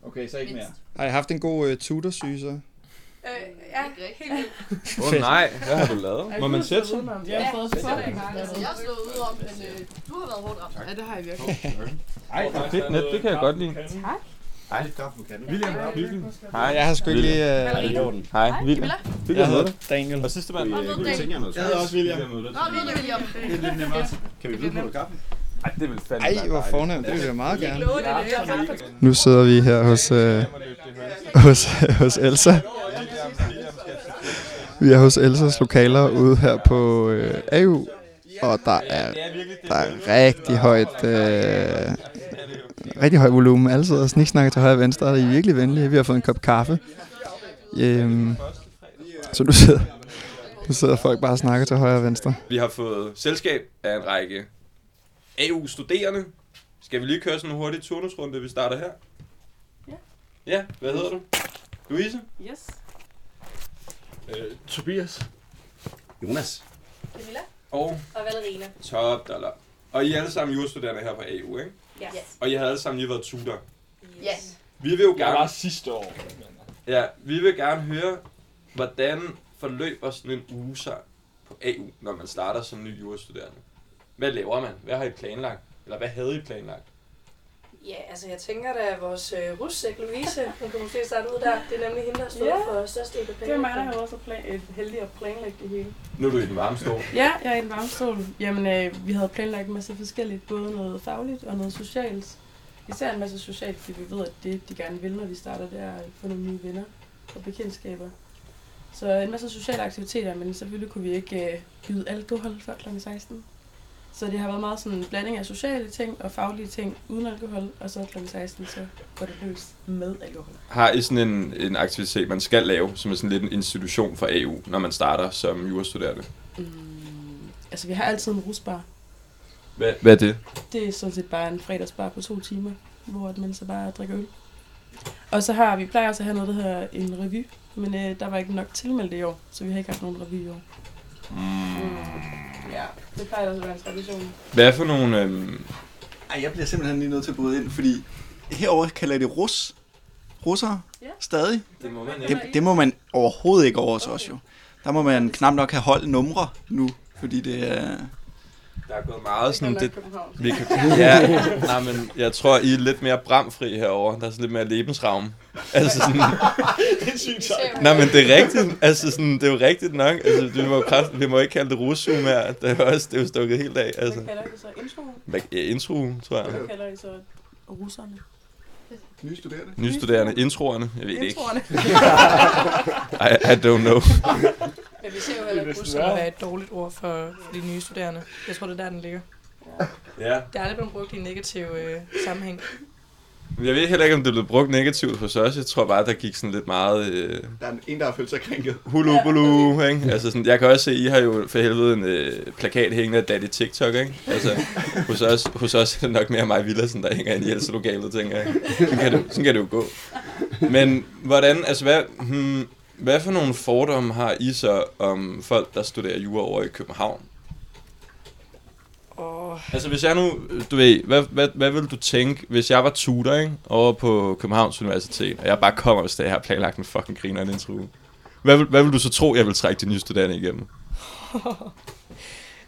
Okay, så ikke mere. Har I haft en god uh, tutorsyge så? Øh, ja, helt vildt. Åh oh, nej, hvad har du lavet? Må man sætte sig? Jeg har fået fucking Altså, jeg er slået ud om, men øh, du har været hårdt ramt. Ja, det har jeg virkelig. Ej, fedt net, det kan jeg godt lide. William, Nej, jeg har sgu ikke lige... Uh, I orden. Hej, William. jeg William hedder hedder det. Daniel. Og sidste mand. Hvad ved du? Tænker jeg noget? hedder også William. Nå, ved du, William. Det er lidt nemmere. Kan vi blive på noget kaffe? Ej, det vil fandme Ej, hvor fornemt. Det vil jeg meget gerne. Lå det, det er kaffe. Nu sidder vi her hos, øh, hos, hos Elsa. Vi er hos Elsas lokaler ude her på øh, AU, og der er, der er rigtig højt... Øh, rigtig høj volumen. Alle sidder og sniksnakker til højre og venstre, og de er virkelig venlige. Vi har fået en kop kaffe. Øhm, så nu sidder, nu sidder folk bare og snakker til højre og venstre. Vi har fået selskab af en række AU-studerende. Skal vi lige køre sådan en hurtig turnusrunde, vi starter her? Ja. Ja, hvad hedder du? Louise? Yes. Jonas. Og Og Valerina. Top Dollar. Og I er alle sammen jurastuderende her på AU, ikke? Ja. Og I har alle sammen lige været tutor. Ja. Vi vil jo gerne, sidste år. ja, vi vil gerne høre, hvordan forløber sådan en uge sig på AU, når man starter som ny jurastuderende. Hvad laver man? Hvad har I planlagt? Eller hvad havde I planlagt? Ja, altså jeg tænker da, at vores øh, russæk Louise, hun kan måske starte ud der. Det er nemlig hende, der står Ja. yeah. for størstedelen af Det er mig, der pengene. har også plan- øh, heldig at planlægge det hele. Nu er du i den varme stol. Ja, jeg er i en varmstol. Jamen, øh, vi havde planlagt en masse forskelligt, både noget fagligt og noget socialt. Især en masse socialt, fordi vi ved, at det, de gerne vil, når de starter, det er at få nogle nye venner og bekendtskaber. Så en masse sociale aktiviteter, men selvfølgelig kunne vi ikke øh, yde alkohol før kl. 16. Så det har været meget sådan en blanding af sociale ting og faglige ting uden alkohol, og så kl. 16, så går det løs med alkohol. Har I sådan en, en aktivitet, man skal lave, som er sådan lidt en institution for AU, når man starter som jurastuderende? Mm, altså, vi har altid en rusbar, Hvad, Hvad er det? Det er sådan set bare en fredagsbar på to timer, hvor at man så bare drikker øl. Og så har vi plejer også at have noget, der hedder en revy, men øh, der var ikke nok tilmeldt i år, så vi har ikke haft nogen revy i år. Mm. Ja, det plejer også at være en tradition. Hvad for nogle... Øhm, Ej, jeg bliver simpelthen lige nødt til at bryde ind, fordi herover kalder det rus. Russere? Ja. Stadig? det må man Det, det må man overhovedet ikke over hos os jo. Der må man knap nok have holdt numre nu, fordi det er... Der er gået meget sådan... Det, København. vi kan, ja, nej, men jeg tror, I er lidt mere bramfri herover. Der er sådan lidt mere lebensravn. Altså sådan... nej, men det er rigtigt. Altså sådan, det er jo rigtigt nok. Altså, vi må, jo kraft, vi må ikke kalde det russum her. Det er jo også det er jo stukket helt af. Altså. Hvad kalder I så introen? Hvad, ja, intro, tror jeg. Hvad kalder I så russerne? Nye studerende. Nystuderende. Introerne. Jeg ved det ikke. Introerne. I, I don't know. Men vi ser jo heller ikke russerne være et dårligt ord for, for de nye studerende. Jeg tror, det er der, den ligger. Ja. Det er aldrig blevet brugt i en negativ øh, sammenhæng. Men Jeg ved heller ikke, om det blev brugt negativt hos os. Jeg tror bare, der gik sådan lidt meget øh, Der er en, der har følt sig krænket. hulu bulu, ikke? Altså sådan, jeg kan også se, I har jo for helvede en øh, plakat hængende af Daddy TikTok, ikke? Altså, hos os, hos os er det nok mere mig Villersen, der hænger ind i helselokalet, tænker jeg. Sådan kan, det, sådan kan det jo gå. Men hvordan, altså hvad, hmm, hvad for nogle fordomme har I så om folk, der studerer jura over i København? Og over. Altså hvis jeg nu, du ved, hvad, hvad, hvad ville du tænke, hvis jeg var tutor, ikke? Over på Københavns Universitet, og jeg bare kommer, hvis det her planlagt en fucking griner en intro. Hvad, vil- hvad vil du så tro, jeg vil trække de nye studerende igennem?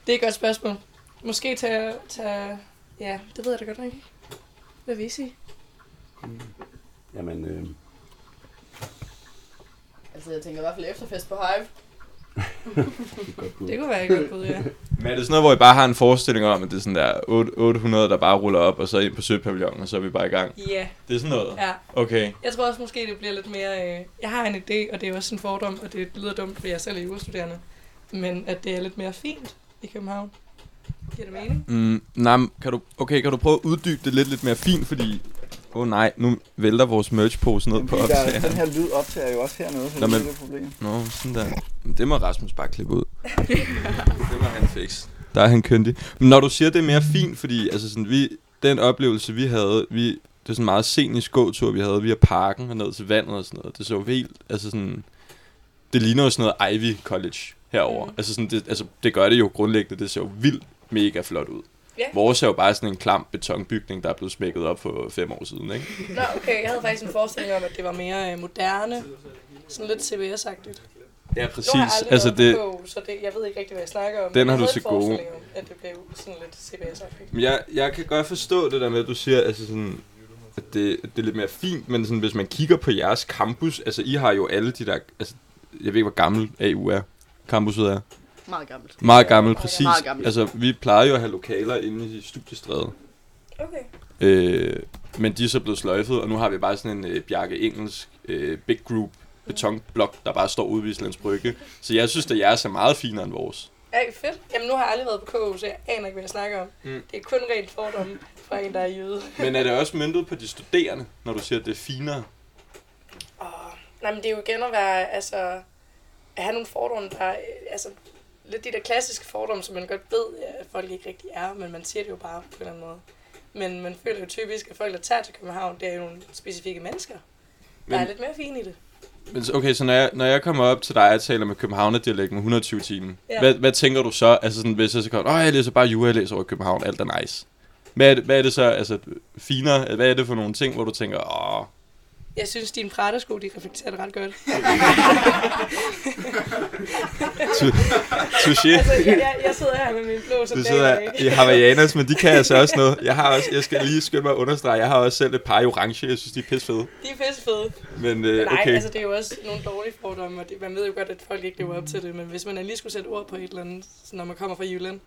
Det er et godt spørgsmål. Måske tage... tage ja, det ved jeg da godt nok ikke. Hvad vil I sige? Jamen, øh, Altså, jeg tænker i hvert fald efterfest på Hive. Det kunne være et godt bud, ja. Men er det sådan noget, hvor I bare har en forestilling om, at det er sådan der 8 800, der bare ruller op, og så ind på Søpavillonen, og så er vi bare i gang? Ja, Det er sådan noget? ja. Okay. Jeg tror også måske, det bliver lidt mere... Øh, jeg har en idé, og det er jo også en fordom, og det lyder dumt, fordi jeg selv er jurastuderende. Men at det er lidt mere fint i København. Giver det mening? Mm, nej, men kan du, okay, kan du prøve at uddybe det lidt, lidt mere fint, fordi... Åh oh, nej, nu vælter vores merchpose ned Jamen, på fordi der, optageren. den her lyd optager jo også hernede, så Nå, Nå, men- det er et problem. Nå, sådan der. Det må Rasmus bare klippe ud. det må han fikse. Der er han køndig. Men når du siger, det er mere fint, fordi altså sådan, vi, den oplevelse, vi havde, vi, det er sådan en meget scenisk gåtur, vi havde via parken og ned til vandet og sådan noget. Det så jo helt, altså sådan, det ligner jo sådan noget Ivy College herover. Mm. Mm. Altså, sådan, det, altså, det gør det jo grundlæggende, det ser jo vildt mega flot ud. Ja. Vores er jo bare sådan en klam betonbygning, der er blevet smækket op for fem år siden, ikke? Nå, okay. Jeg havde faktisk en forestilling om, at det var mere øh, moderne. Sådan lidt CBS-agtigt. Ja, Nu har jeg præcis. aldrig Altså, det, på, så det, jeg ved ikke rigtig, hvad jeg snakker om. Den Jeg har du havde til en gode. forestilling om, at det blev sådan lidt CBS-agtigt. Men Jeg, jeg kan godt forstå det der med, at du siger, altså sådan, at det, at det er lidt mere fint, men sådan, hvis man kigger på jeres campus, altså I har jo alle de der, altså jeg ved ikke, hvor gammel AU er, campuset er. Meget gammelt. Meget gammel, præcis. Meget gammel. Altså vi plejer jo at have lokaler inde i studiestrædet. Okay. Øh, men de er så blevet sløjfet, og nu har vi bare sådan en øh, Bjarke Engelsk øh, big group betonblok, der bare står ude ved Islands Brygge. Så jeg synes, at jeres er meget finere end vores. Ej, fedt. Jamen, nu har jeg aldrig været på KU, så jeg aner ikke, hvad jeg snakker om. Mm. Mm. Det er kun rent fordomme fra en, der er jøde. Men er det også myndet på de studerende, når du siger, at det er finere? Åh, nej, men det er jo igen at være, altså, at have nogle fordomme, der er, øh, altså, lidt de der klassiske fordomme, som man godt ved, at folk ikke rigtig er, men man siger det jo bare på en eller anden måde. Men man føler jo typisk, at folk, der tager til København, det er jo nogle specifikke mennesker, der Men- er lidt mere fine i det. Men så- okay, så når jeg, når jeg kommer op til dig og taler med københavnerdialekt med 120 timer, ja. Ja. hvad, hvad tænker du så? Altså sådan, hvis jeg så kommer, åh, jeg læser bare jura, jeg læser over i København, alt er nice. Hvad er, det, hvad er det så, altså, finere, hvad er det for nogle ting, hvor du tænker, åh, Jeg synes, dine prættesko, de reflekterer det ret godt. touché, altså, jeg, jeg, jeg sidder her med min blå du sandaler, sidder ikke? i Havajanas, men de kan altså også noget. Jeg har også, jeg skal lige skynde mig at understrege, jeg har også selv et par i orange, jeg synes, de er pisse fede. De er pissefede. Men Men øh, Nej, okay, altså det er jo også nogle dårlige fordomme, og det, man ved jo godt, at folk ikke lever op til det, men hvis man lige skulle sætte ord på et eller andet, så når man kommer fra Jylland,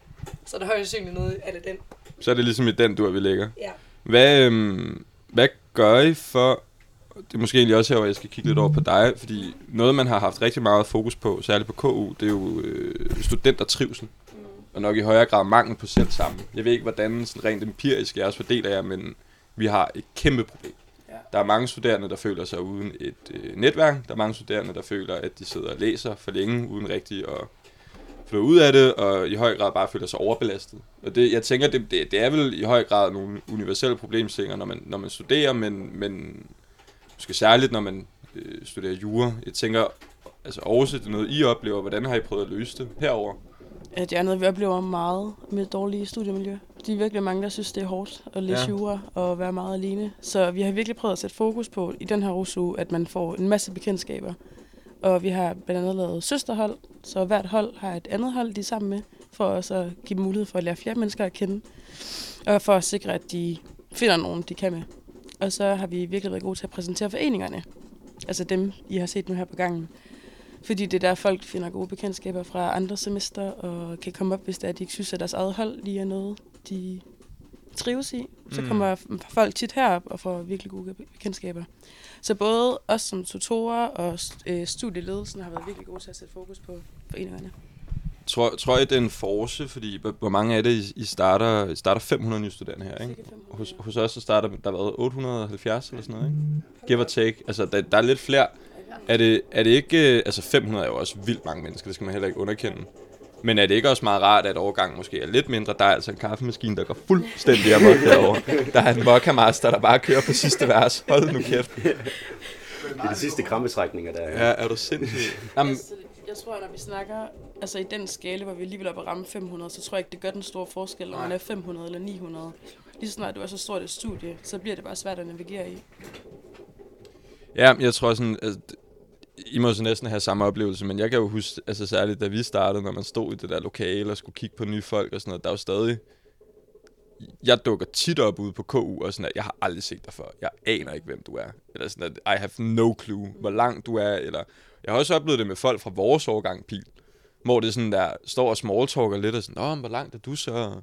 så er der højst sandsynligt noget af det den. så er det ligesom i den dur, vi ligger. Ja. Hvad, øhm, hvad gør I for... Det er måske egentlig også her, hvor jeg skal kigge lidt over på dig, fordi noget, man har haft rigtig meget fokus på, særligt på KU, det er jo øh, studentertrivsel. Og nok i højere grad mangel på selv sammen. Jeg ved ikke, hvordan sådan rent empirisk jeres fordeler er, men vi har et kæmpe problem. Ja. Der er mange studerende, der føler sig uden et øh, netværk. Der er mange studerende, der føler, at de sidder og læser for længe, uden rigtig at få ud af det, og i høj grad bare føler sig overbelastet. Og det, jeg tænker, det, det, det er vel i høj grad nogle universelle problemstillinger, når man, når man studerer, men, men måske særligt, når man øh, studerer jura. Jeg tænker, altså Aarhus, er det noget, I oplever. Hvordan har I prøvet at løse det herover? at det er noget, vi oplever meget med dårlige studiemiljø. De er virkelig mange, der synes, det er hårdt at læse Ja. ja. jura og være meget alene. Så vi har virkelig prøvet at sætte fokus på i den her rusuge, at man får en masse bekendtskaber. Og vi har blandt andet lavet søsterhold, så hvert hold har et andet hold, de er sammen med, for også at give dem mulighed for at lære flere mennesker at kende. Og for at sikre, at de finder nogen, de kan med. Og så har vi virkelig været gode til at præsentere foreningerne. Altså dem, I har set nu her på gangen. Fordi det er der, folk finder gode bekendtskaber fra andre semester, og kan komme op, hvis det er, at de ikke synes, at deres eget hold lige er noget, de trives i. Så Mm. kommer f- folk tit herop og får virkelig gode bekendtskaber. Så både os som tutorer og øh, studieledelsen har været virkelig gode til at sætte fokus på foreningerne. Tror, tror I, det er en force? Fordi hvor- hvor mange af det, I, I starter? I starter 500 nye studerende her, ikke? Cirka 500. Hos, hos os, så starter der været 870 eller sådan noget, ikke? Give or take. Altså, der, der er lidt flere. Er det, er det ikke... øh, Altså, 500 er jo også vildt mange mennesker, det skal man heller ikke underkende. Men er det ikke også meget rart, at overgangen måske er lidt mindre? Der er altså en kaffemaskine, der går fuldstændig amok derovre. Der er en vodka master, der bare kører på sidste vers. Hold nu kæft. det er de sidste krampetrækninger, der er. Ja, er du sindssyg? Jamen, Altså, jeg tror, at når vi snakker altså i den skala, hvor vi alligevel er oppe at ramme 500, så tror jeg ikke, det gør den store forskel, om man er 500 eller 900. Lige så snart du er så stort et studie, så bliver det bare svært at navigere i. Ja, men jeg tror sådan, altså, I må så næsten have samme oplevelse, men jeg kan jo huske, altså særligt da vi startede, når man stod i det der lokale og skulle kigge på nye folk og sådan noget, der er jo stadig, jeg dukker tit op ude på KU og sådan, at jeg har aldrig set dig før. Jeg aner ikke, hvem du er. Eller sådan, at I have no clue, hvor langt du er. Eller, jeg har også oplevet det med folk fra vores årgang, Pil. Hvor det sådan der, står og smalltalker lidt og sådan, Nå, men hvor langt er du så?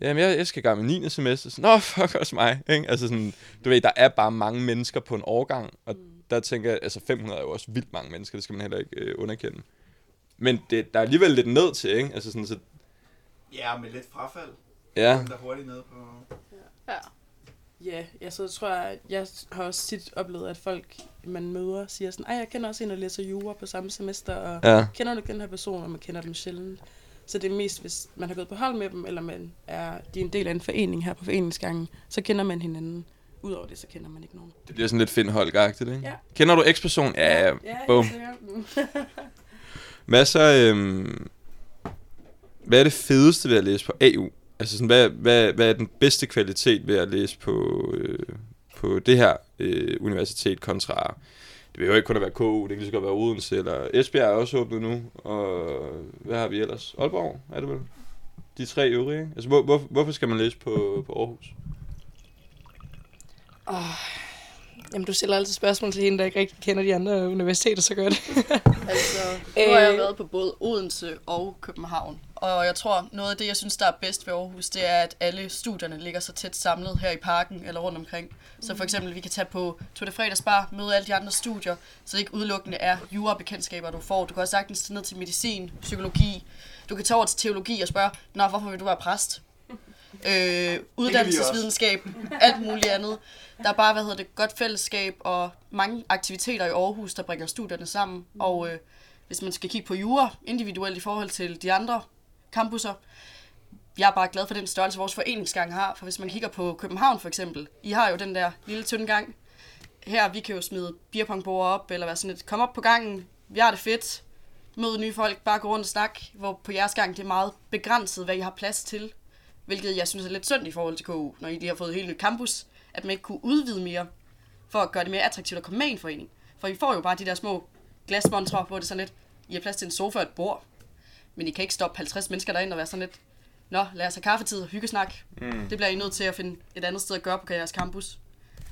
Jamen, jeg, jeg skal i gang med 9. semester. Sådan, Nå, fuck også mig. Ikke? Altså sådan, du ved, der er bare mange mennesker på en årgang, og mm. der tænker jeg, altså 500 er jo også vildt mange mennesker, det skal man heller ikke øh, underkende. Men det, der er alligevel lidt ned til, ikke? Altså sådan, så, Ja, med lidt frafald. Ja. Kom Der er hurtigt ned på... Ja. Ja, jeg så tror jeg, jeg har også tit oplevet, at folk, man møder, siger sådan, ej, jeg kender også en, der læser jura på samme semester, og Ja. kender du ikke den her person, og man kender dem sjældent. Så det er mest, hvis man har gået på hold med dem, eller man er, de er en del af en forening her på foreningsgangen, så kender man hinanden. Udover det, så kender man ikke nogen. det bliver sådan lidt Finn Holk-agtigt, ikke? Ja. Kender du X-person? Ja, ja, Ja, bum. jeg ser dem. Hvad så, øhm, hvad er det fedeste ved at læse på AU? Altså sådan, hvad, hvad, hvad er den bedste kvalitet ved at læse på, øh, på det her øh, universitet kontra... Det behøver ikke kun at være KU, det kan lige så godt være Odense, eller Esbjerg er også åbnet nu, og hvad har vi ellers? Aalborg er det vel? De tre øvrige, ikke? Altså, hvor, hvor, hvorfor skal man læse på, på Aarhus? Oh. Jamen, du stiller altid spørgsmål til hende, der ikke rigtig kender de andre universiteter så godt. Altså, nu har jeg været på både Odense og København. Og jeg tror, noget af det, jeg synes, der er bedst ved Aarhus, det er, at alle studierne ligger så tæt samlet her i parken eller rundt omkring. Så for eksempel, vi kan tage på Tour de Fredags Bar, møde alle de andre studier, så det ikke udelukkende er jurabekendtskaber, du får. Du kan også sagtens tage ned til medicin, psykologi. Du kan tage over til teologi og spørge, Nå, hvorfor vil du være præst? Øh, uddannelsesvidenskab, alt muligt andet. Der er bare, hvad hedder det, godt fællesskab og mange aktiviteter i Aarhus, der bringer studierne sammen. Og øh, hvis man skal kigge på jura individuelt i forhold til de andre campuser, jeg er bare glad for den størrelse, vores foreningsgang har. For hvis man kigger på København for eksempel, I har jo den der lille tynde gang. Her, vi kan jo smide beerpongbord op, eller være sådan lidt, kom op på gangen, vi har det fedt, møde nye folk, bare gå rundt og snak, hvor på jeres gang det er meget begrænset, hvad I har plads til. Hvilket jeg synes er lidt synd i forhold til KU, når I lige har fået et helt nyt campus, at man ikke kunne udvide mere, for at gøre det mere attraktivt at komme med i en forening. For I får jo bare de der små glasmontre, hvor det er sådan lidt, I har plads til en sofa og et bord, men I kan ikke stoppe 50 mennesker derind og være sådan lidt, nå, lad os have kaffetid og hyggesnak. Mm. Mm. Det bliver I nødt til at finde et andet sted at gøre på jeres campus.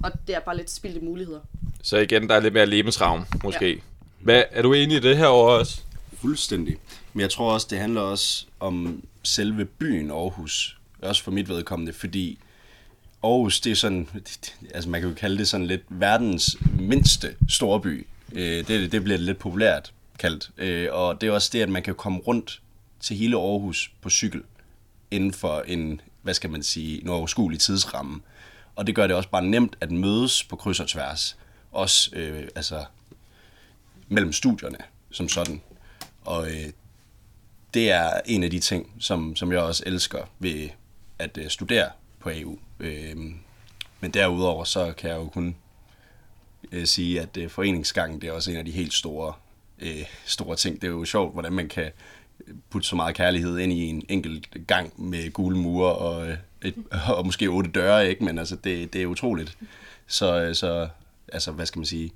Og det er bare lidt spildte muligheder. Så igen, der er lidt mere lebensravn, måske. Ja. Ja. Hvad, er du enig i det her over også? Fuldstændig. Men jeg tror også, det handler også om selve byen Aarhus. Også for mit vedkommende, fordi Aarhus, det er sådan, altså man kan jo kalde det sådan lidt verdens mindste storby. Øh, Det, det bliver lidt populært kaldt. Øh, Og det er også det, at man kan komme rundt til hele Aarhus på cykel inden for en, hvad skal man sige, en overskuelig tidsramme. Og det gør det også bare nemt at mødes på kryds og tværs. Også øh, altså, mellem studierne som sådan. Og øh, det er en af de ting, som, som jeg også elsker ved at øh, studere på AU. Øh, men derudover så kan jeg jo kun øh, sige, at øh, foreningsgangen det er også en af de helt store, øh, store ting. Det er jo sjovt, hvordan man kan putte så meget kærlighed ind i en enkelt gang med gule mure og, øh, et, og måske otte døre, ikke? men altså, det, det er utroligt. Så, øh, så altså, hvad skal man sige?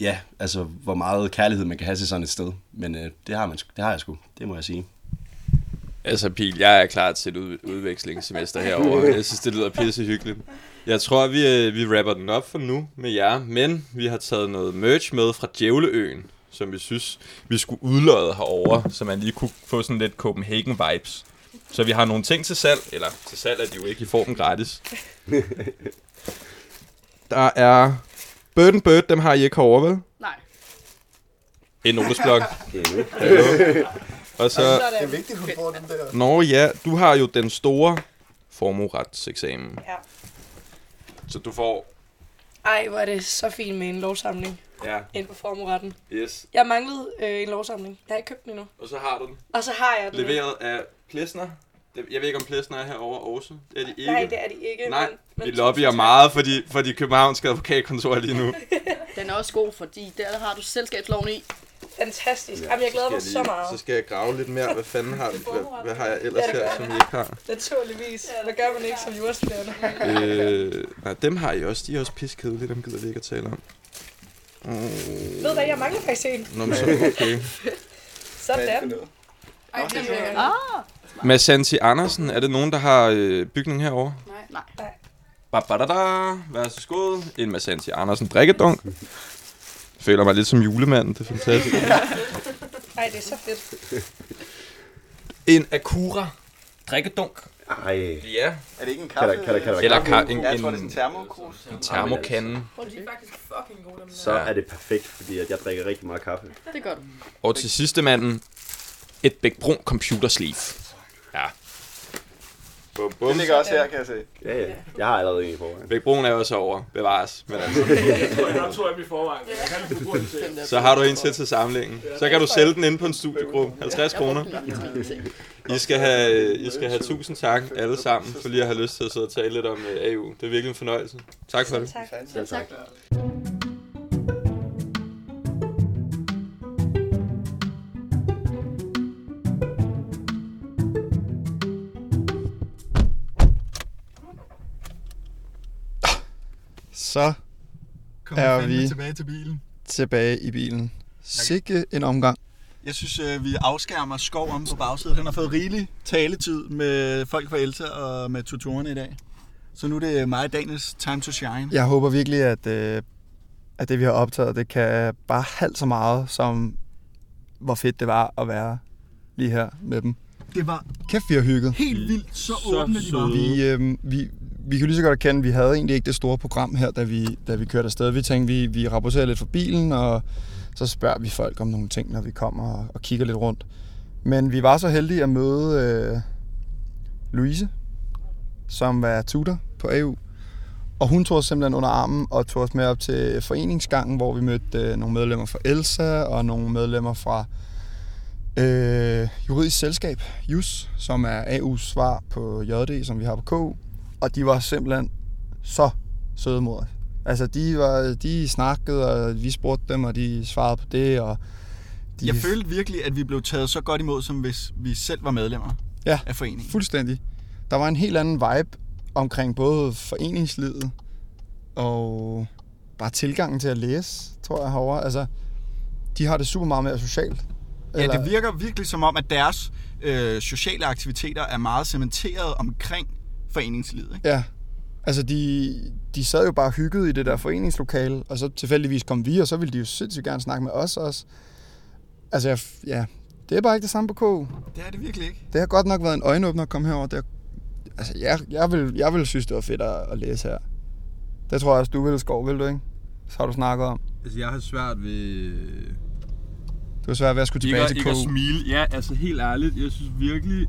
ja, altså, hvor meget kærlighed man kan have til sådan et sted. Men øh, det, har man, sk- det har jeg sgu, det må jeg sige. Altså, Pil, jeg er klar til et ud- udvekslingssemester herovre. Jeg synes, det lyder pisse hyggeligt. Jeg tror, vi, øh, vi rapper den op for nu med jer, men vi har taget noget merch med fra Djævleøen, som vi synes, vi skulle udløde herover, så man lige kunne få sådan lidt Copenhagen-vibes. Så vi har nogle ting til salg, eller til salg er de jo ikke, I får dem gratis. Der er Bird and Bird, dem har I ikke herovre, vel? Nej. En notesblok. Og så... Det er vigtigt, at du får den der. Nå ja, du har jo den store formueretseksamen. Ja. Så du får... Ej, hvor er det så fint med en lovsamling Ja. ind på formueretten. Yes. Jeg manglede øh, en lovsamling. Jeg har ikke købt den endnu. Og så har du den. Og så har jeg den. Leveret af Plesner. Det- Jeg ved ikke, om Plesner er herovre også. Det er de ikke. Nej, det er de ikke. Nej, men- vi lobbyer meget for de, for de københavnske advokatkontorer lige nu. Den er også god, fordi der har du selskabsloven i. Fantastisk. Ja, Jamen, jeg glæder mig så meget. Så skal jeg grave lidt mere. Hvad fanden har, hvad, hvad har jeg ellers Ja, det gør her, jeg. som I ikke har? Naturligvis. Hvad gør man ikke som jordstuderende? Øh, nej, dem har I også. De er også piskedelige. Dem gider vi ikke at tale om. Oh. Ved du hvad, jeg mangler faktisk en. Nå, men så okay. Sådan. Ej, det er ah. Mads Santi Andersen, er det nogen, der har øh, bygning herovre? Nej. Nej. Babadada, vær så god. En Mads Santi Andersen drikkedunk. Føler mig lidt som julemanden, det er fantastisk. Ej, det er så fedt. en Akura drikkedunk. Ej. Ja. Er det ikke en Kan der- kaffe? kan der- kan der- Eller ka- en, en, en, jeg tror, det er sådan en termokrus. en termokande. Prøv de er faktisk fucking gode, dem der. Så er det perfekt, fordi at jeg drikker rigtig meget kaffe. Det gør du. Og til sidste manden, et Bæk Brun computersleeve. Ja. Bum, bum. Det ligger også her, kan jeg se. Ja, ja. Jeg har allerede en i forvejen. Bæk Brun er jo så over, bevares. Men altså. har to af dem i forvejen. Jeg kan ikke bruge den til. Så har du en til til samlingen. Så kan du sælge den inde på en studiegruppe. 50 kroner. I skal have, I skal have tusind tak alle sammen, for lige at have lyst til at sidde og tale lidt om øh, AU. Det er virkelig en fornøjelse. Tak for det. Selv tak. Så Kom er fandme vi tilbage til bilen. tilbage i bilen. Sikke en omgang. Jeg synes, øh, vi afskærmer skov om på bagsiden. Han har fået rigelig taletid med folk fra Elsa og med tutorerne i dag. Så nu er det mig og Daniels time to shine. Jeg håber virkelig, at, øh, at det, vi har optaget, det kan bare halvt så meget, som hvor fedt det var at være lige her med dem. Det var Kæft, vi har hygget. helt vildt, så, åbne de var. Vi, øh, vi, vi kan lige så godt erkende, at vi havde egentlig ikke det store program her, da vi, da vi kørte afsted. Vi tænkte, vi, vi rapporterer lidt for bilen, og så spørger vi folk om nogle ting, når vi kommer og, og kigger lidt rundt. Men vi var så heldige at møde øh, Louise, som var tutor på AU. Og hun tog os simpelthen under armen og tog os med op til foreningsgangen, hvor vi mødte øh, nogle medlemmer fra Elsa og nogle medlemmer fra øh, juridisk selskab, JUS, som er AU's svar på JD, som vi har på KU. Og de var simpelthen så søde mod os. Altså, de, var, de snakkede, og vi spurgte dem, og de svarede på det, og de... Jeg følte virkelig, at vi blev taget så godt imod, som hvis vi selv var medlemmer. ja, af foreningen. fuldstændig. Der var en helt anden vibe omkring både foreningslivet og bare tilgangen til at læse, tror jeg, herovre. Altså, de har det super meget mere socialt. Ja, det virker virkelig som om, at deres øh, sociale aktiviteter er meget cementeret omkring foreningslivet. Ikke? Ja. Altså, de, de sad jo bare og hyggede i det der foreningslokale, og så tilfældigvis kom vi, og så ville de jo sindssygt gerne snakke med os også. Altså, jeg, f- ja, det er bare ikke det samme på KU. Det er det virkelig ikke. Det har godt nok været en øjenåbner at komme herover. Det har, altså, jeg, jeg, vil, jeg vil synes, det var fedt at, at læse her. Det tror jeg også, du ville, Skov, vil du ikke? Så har du snakket om. Altså, jeg har svært ved... Du har svært ved at skulle tilbage ikke, til at- Ikke at KU. smile. Ja, altså helt ærligt, jeg synes virkelig...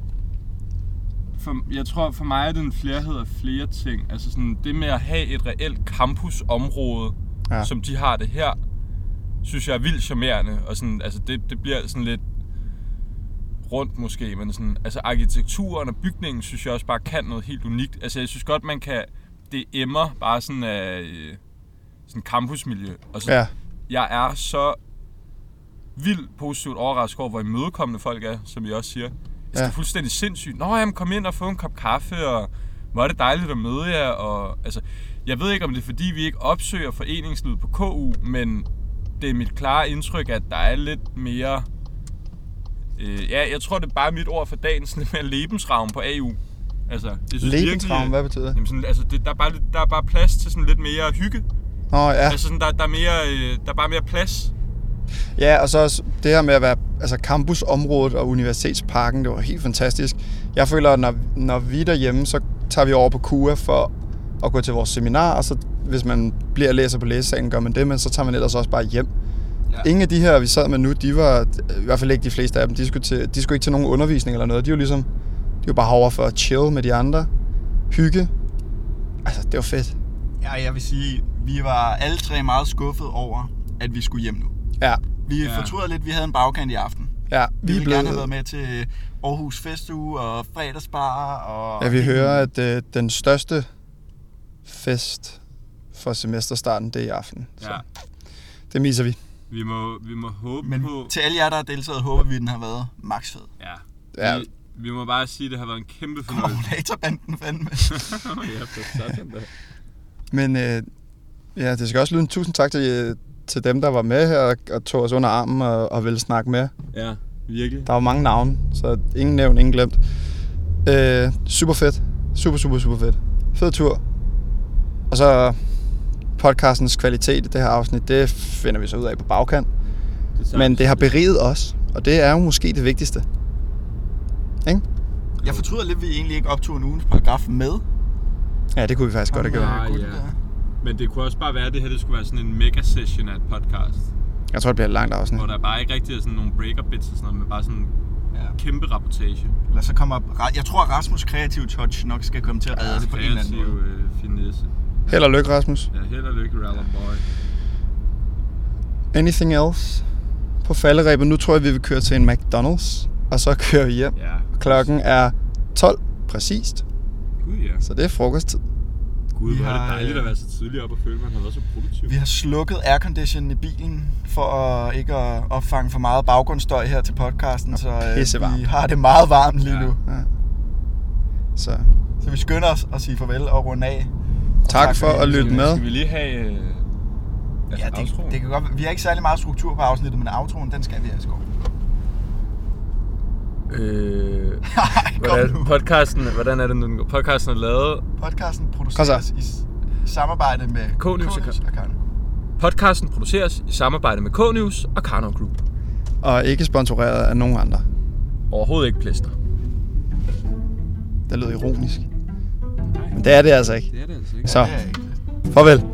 For, jeg tror for mig er det en flerhed af flere ting. Altså sådan, det med at have et reelt campusområde, Ja. ja. som de har det her, synes jeg er vildt charmerende. Og sådan, altså det, det bliver sådan lidt rundt måske, men sådan, altså arkitekturen og bygningen synes jeg også bare kan noget helt unikt. Altså jeg synes godt, man kan, det emmer bare sådan af øh, sådan campusmiljø. Og sådan, Ja. Jeg er så vildt positivt overrasket over, hvor imødekommende folk er, som I også siger. Altså, Ja. ja. det er fuldstændig sindssygt. Nå, jamen, kom ind og få en kop kaffe, og hvor er det dejligt at møde jer. Og, altså, jeg ved ikke, om det er, fordi vi ikke opsøger foreningslivet på KU, men det er mit klare indtryk, at der er lidt mere... Øh, ja, jeg tror, det er bare mit ord for dagen, sådan lidt mere lebensraum på AU. Altså, jeg synes Lebensraum, hvad betyder det? Jamen, sådan, altså, det, der, er bare, lidt- der er bare plads til sådan lidt mere hygge. Nå, ja. Altså, sådan, der, der, er mere, øh, der er bare mere plads. Ja, og så også det her med at være altså campusområdet og universitetsparken, det var helt fantastisk. Jeg føler, at når, når vi er derhjemme, så tager vi over på KUA for at gå til vores seminar, og så hvis man bliver læser på læsesalen, gør man det, men så tager man ellers også bare hjem. Ja. Ingen af de her, vi sad med nu, de var, i hvert fald ikke de fleste af dem, de skulle, til, de skulle ikke til nogen undervisning eller noget. De var ligesom, de var bare herovre for at chill med de andre, hygge. Altså, det var fedt. Ja, jeg vil sige, vi var alle tre meget skuffet over, at vi skulle hjem nu. Ja. Vi Ja. fortryder lidt, vi havde en bagkant i aften. Ja, Vi, vi ville gerne have været med til Aarhus Festuge og fredagsbar. Og Ja, vi hører, at øh, den største fest for semesterstarten, det er i aften. Så Ja. det miser vi. Vi må, vi må håbe Men på... til alle jer, der har deltaget, håber vi, den har været max fed. Ja. Ja. Vi, vi må bare sige, at det har været en kæmpe fornøjelse. Datorbanden fandme. ja, for satan da. Men øh, ja, det skal også lyde en tusind tak til, øh, til dem, der var med her og, og tog os under armen og, og ville snakke med. Ja, virkelig. Der var mange navne, så ingen nævnt, ingen glemt. Øh, super fedt. Super, super, super fedt. Fed tur. Og så podcastens kvalitet i det her afsnit, det finder vi så ud af på bagkant. Det Men det har beriget os, og det er jo måske det vigtigste. Jeg fortryder lidt, at vi egentlig ikke optog en ugens paragraf med. Ja, det kunne vi faktisk godt have gjort. Ah, ja. Men det kunne også bare være, at det her det skulle være sådan en mega-session af et podcast. Mm. Jeg tror, det bliver et langt afsnit. Hvor der bare ikke rigtig er sådan nogle break-up bits og sådan noget, men bare sådan ja. kæmpe rapportage. Lad os så komme op. Ra- Jeg tror, at Rasmus Kreativ Touch nok skal komme til at redde det på en eller anden måde. Kreativ, øh, finesse. Held og lykke, Rasmus. Ja, held og lykke, Rallon Boy. Anything else? På falderæbet, nu tror jeg, vi vil køre til en McDonald's, og så kører vi hjem. Ja. Klokken er 12 præcist, Gud ja. så det er frokosttid. Gud, hvor er det har, dejligt øh, at være så tidligt op og føle, at man har været så produktiv. Vi har slukket airconditionen i bilen for at ikke at opfange for meget baggrundsstøj her til podcasten, så øh, vi pissevarmt. har det meget varmt lige nu. Ja. Så. så vi skynder os at sige farvel og runde af. Og Tak for at lytte jer. med. Skal vi- lige have... Øh, Ja, det, det kan godt være- Vi har ikke særlig meget struktur på afsnittet, men outroen, den skal vi have skåret. Øh, hvordan, podcasten, hvordan er det nu, den går? Podcasten er lavet... Podcasten produceres i s- samarbejde med K-News og Karno. Podcasten produceres i samarbejde med K-News og Karnov Group. Og ikke sponsoreret af nogen andre. Overhovedet ikke plæster. Det lyder ironisk. Men det er det altså ikke. Det er det altså Så, farvel.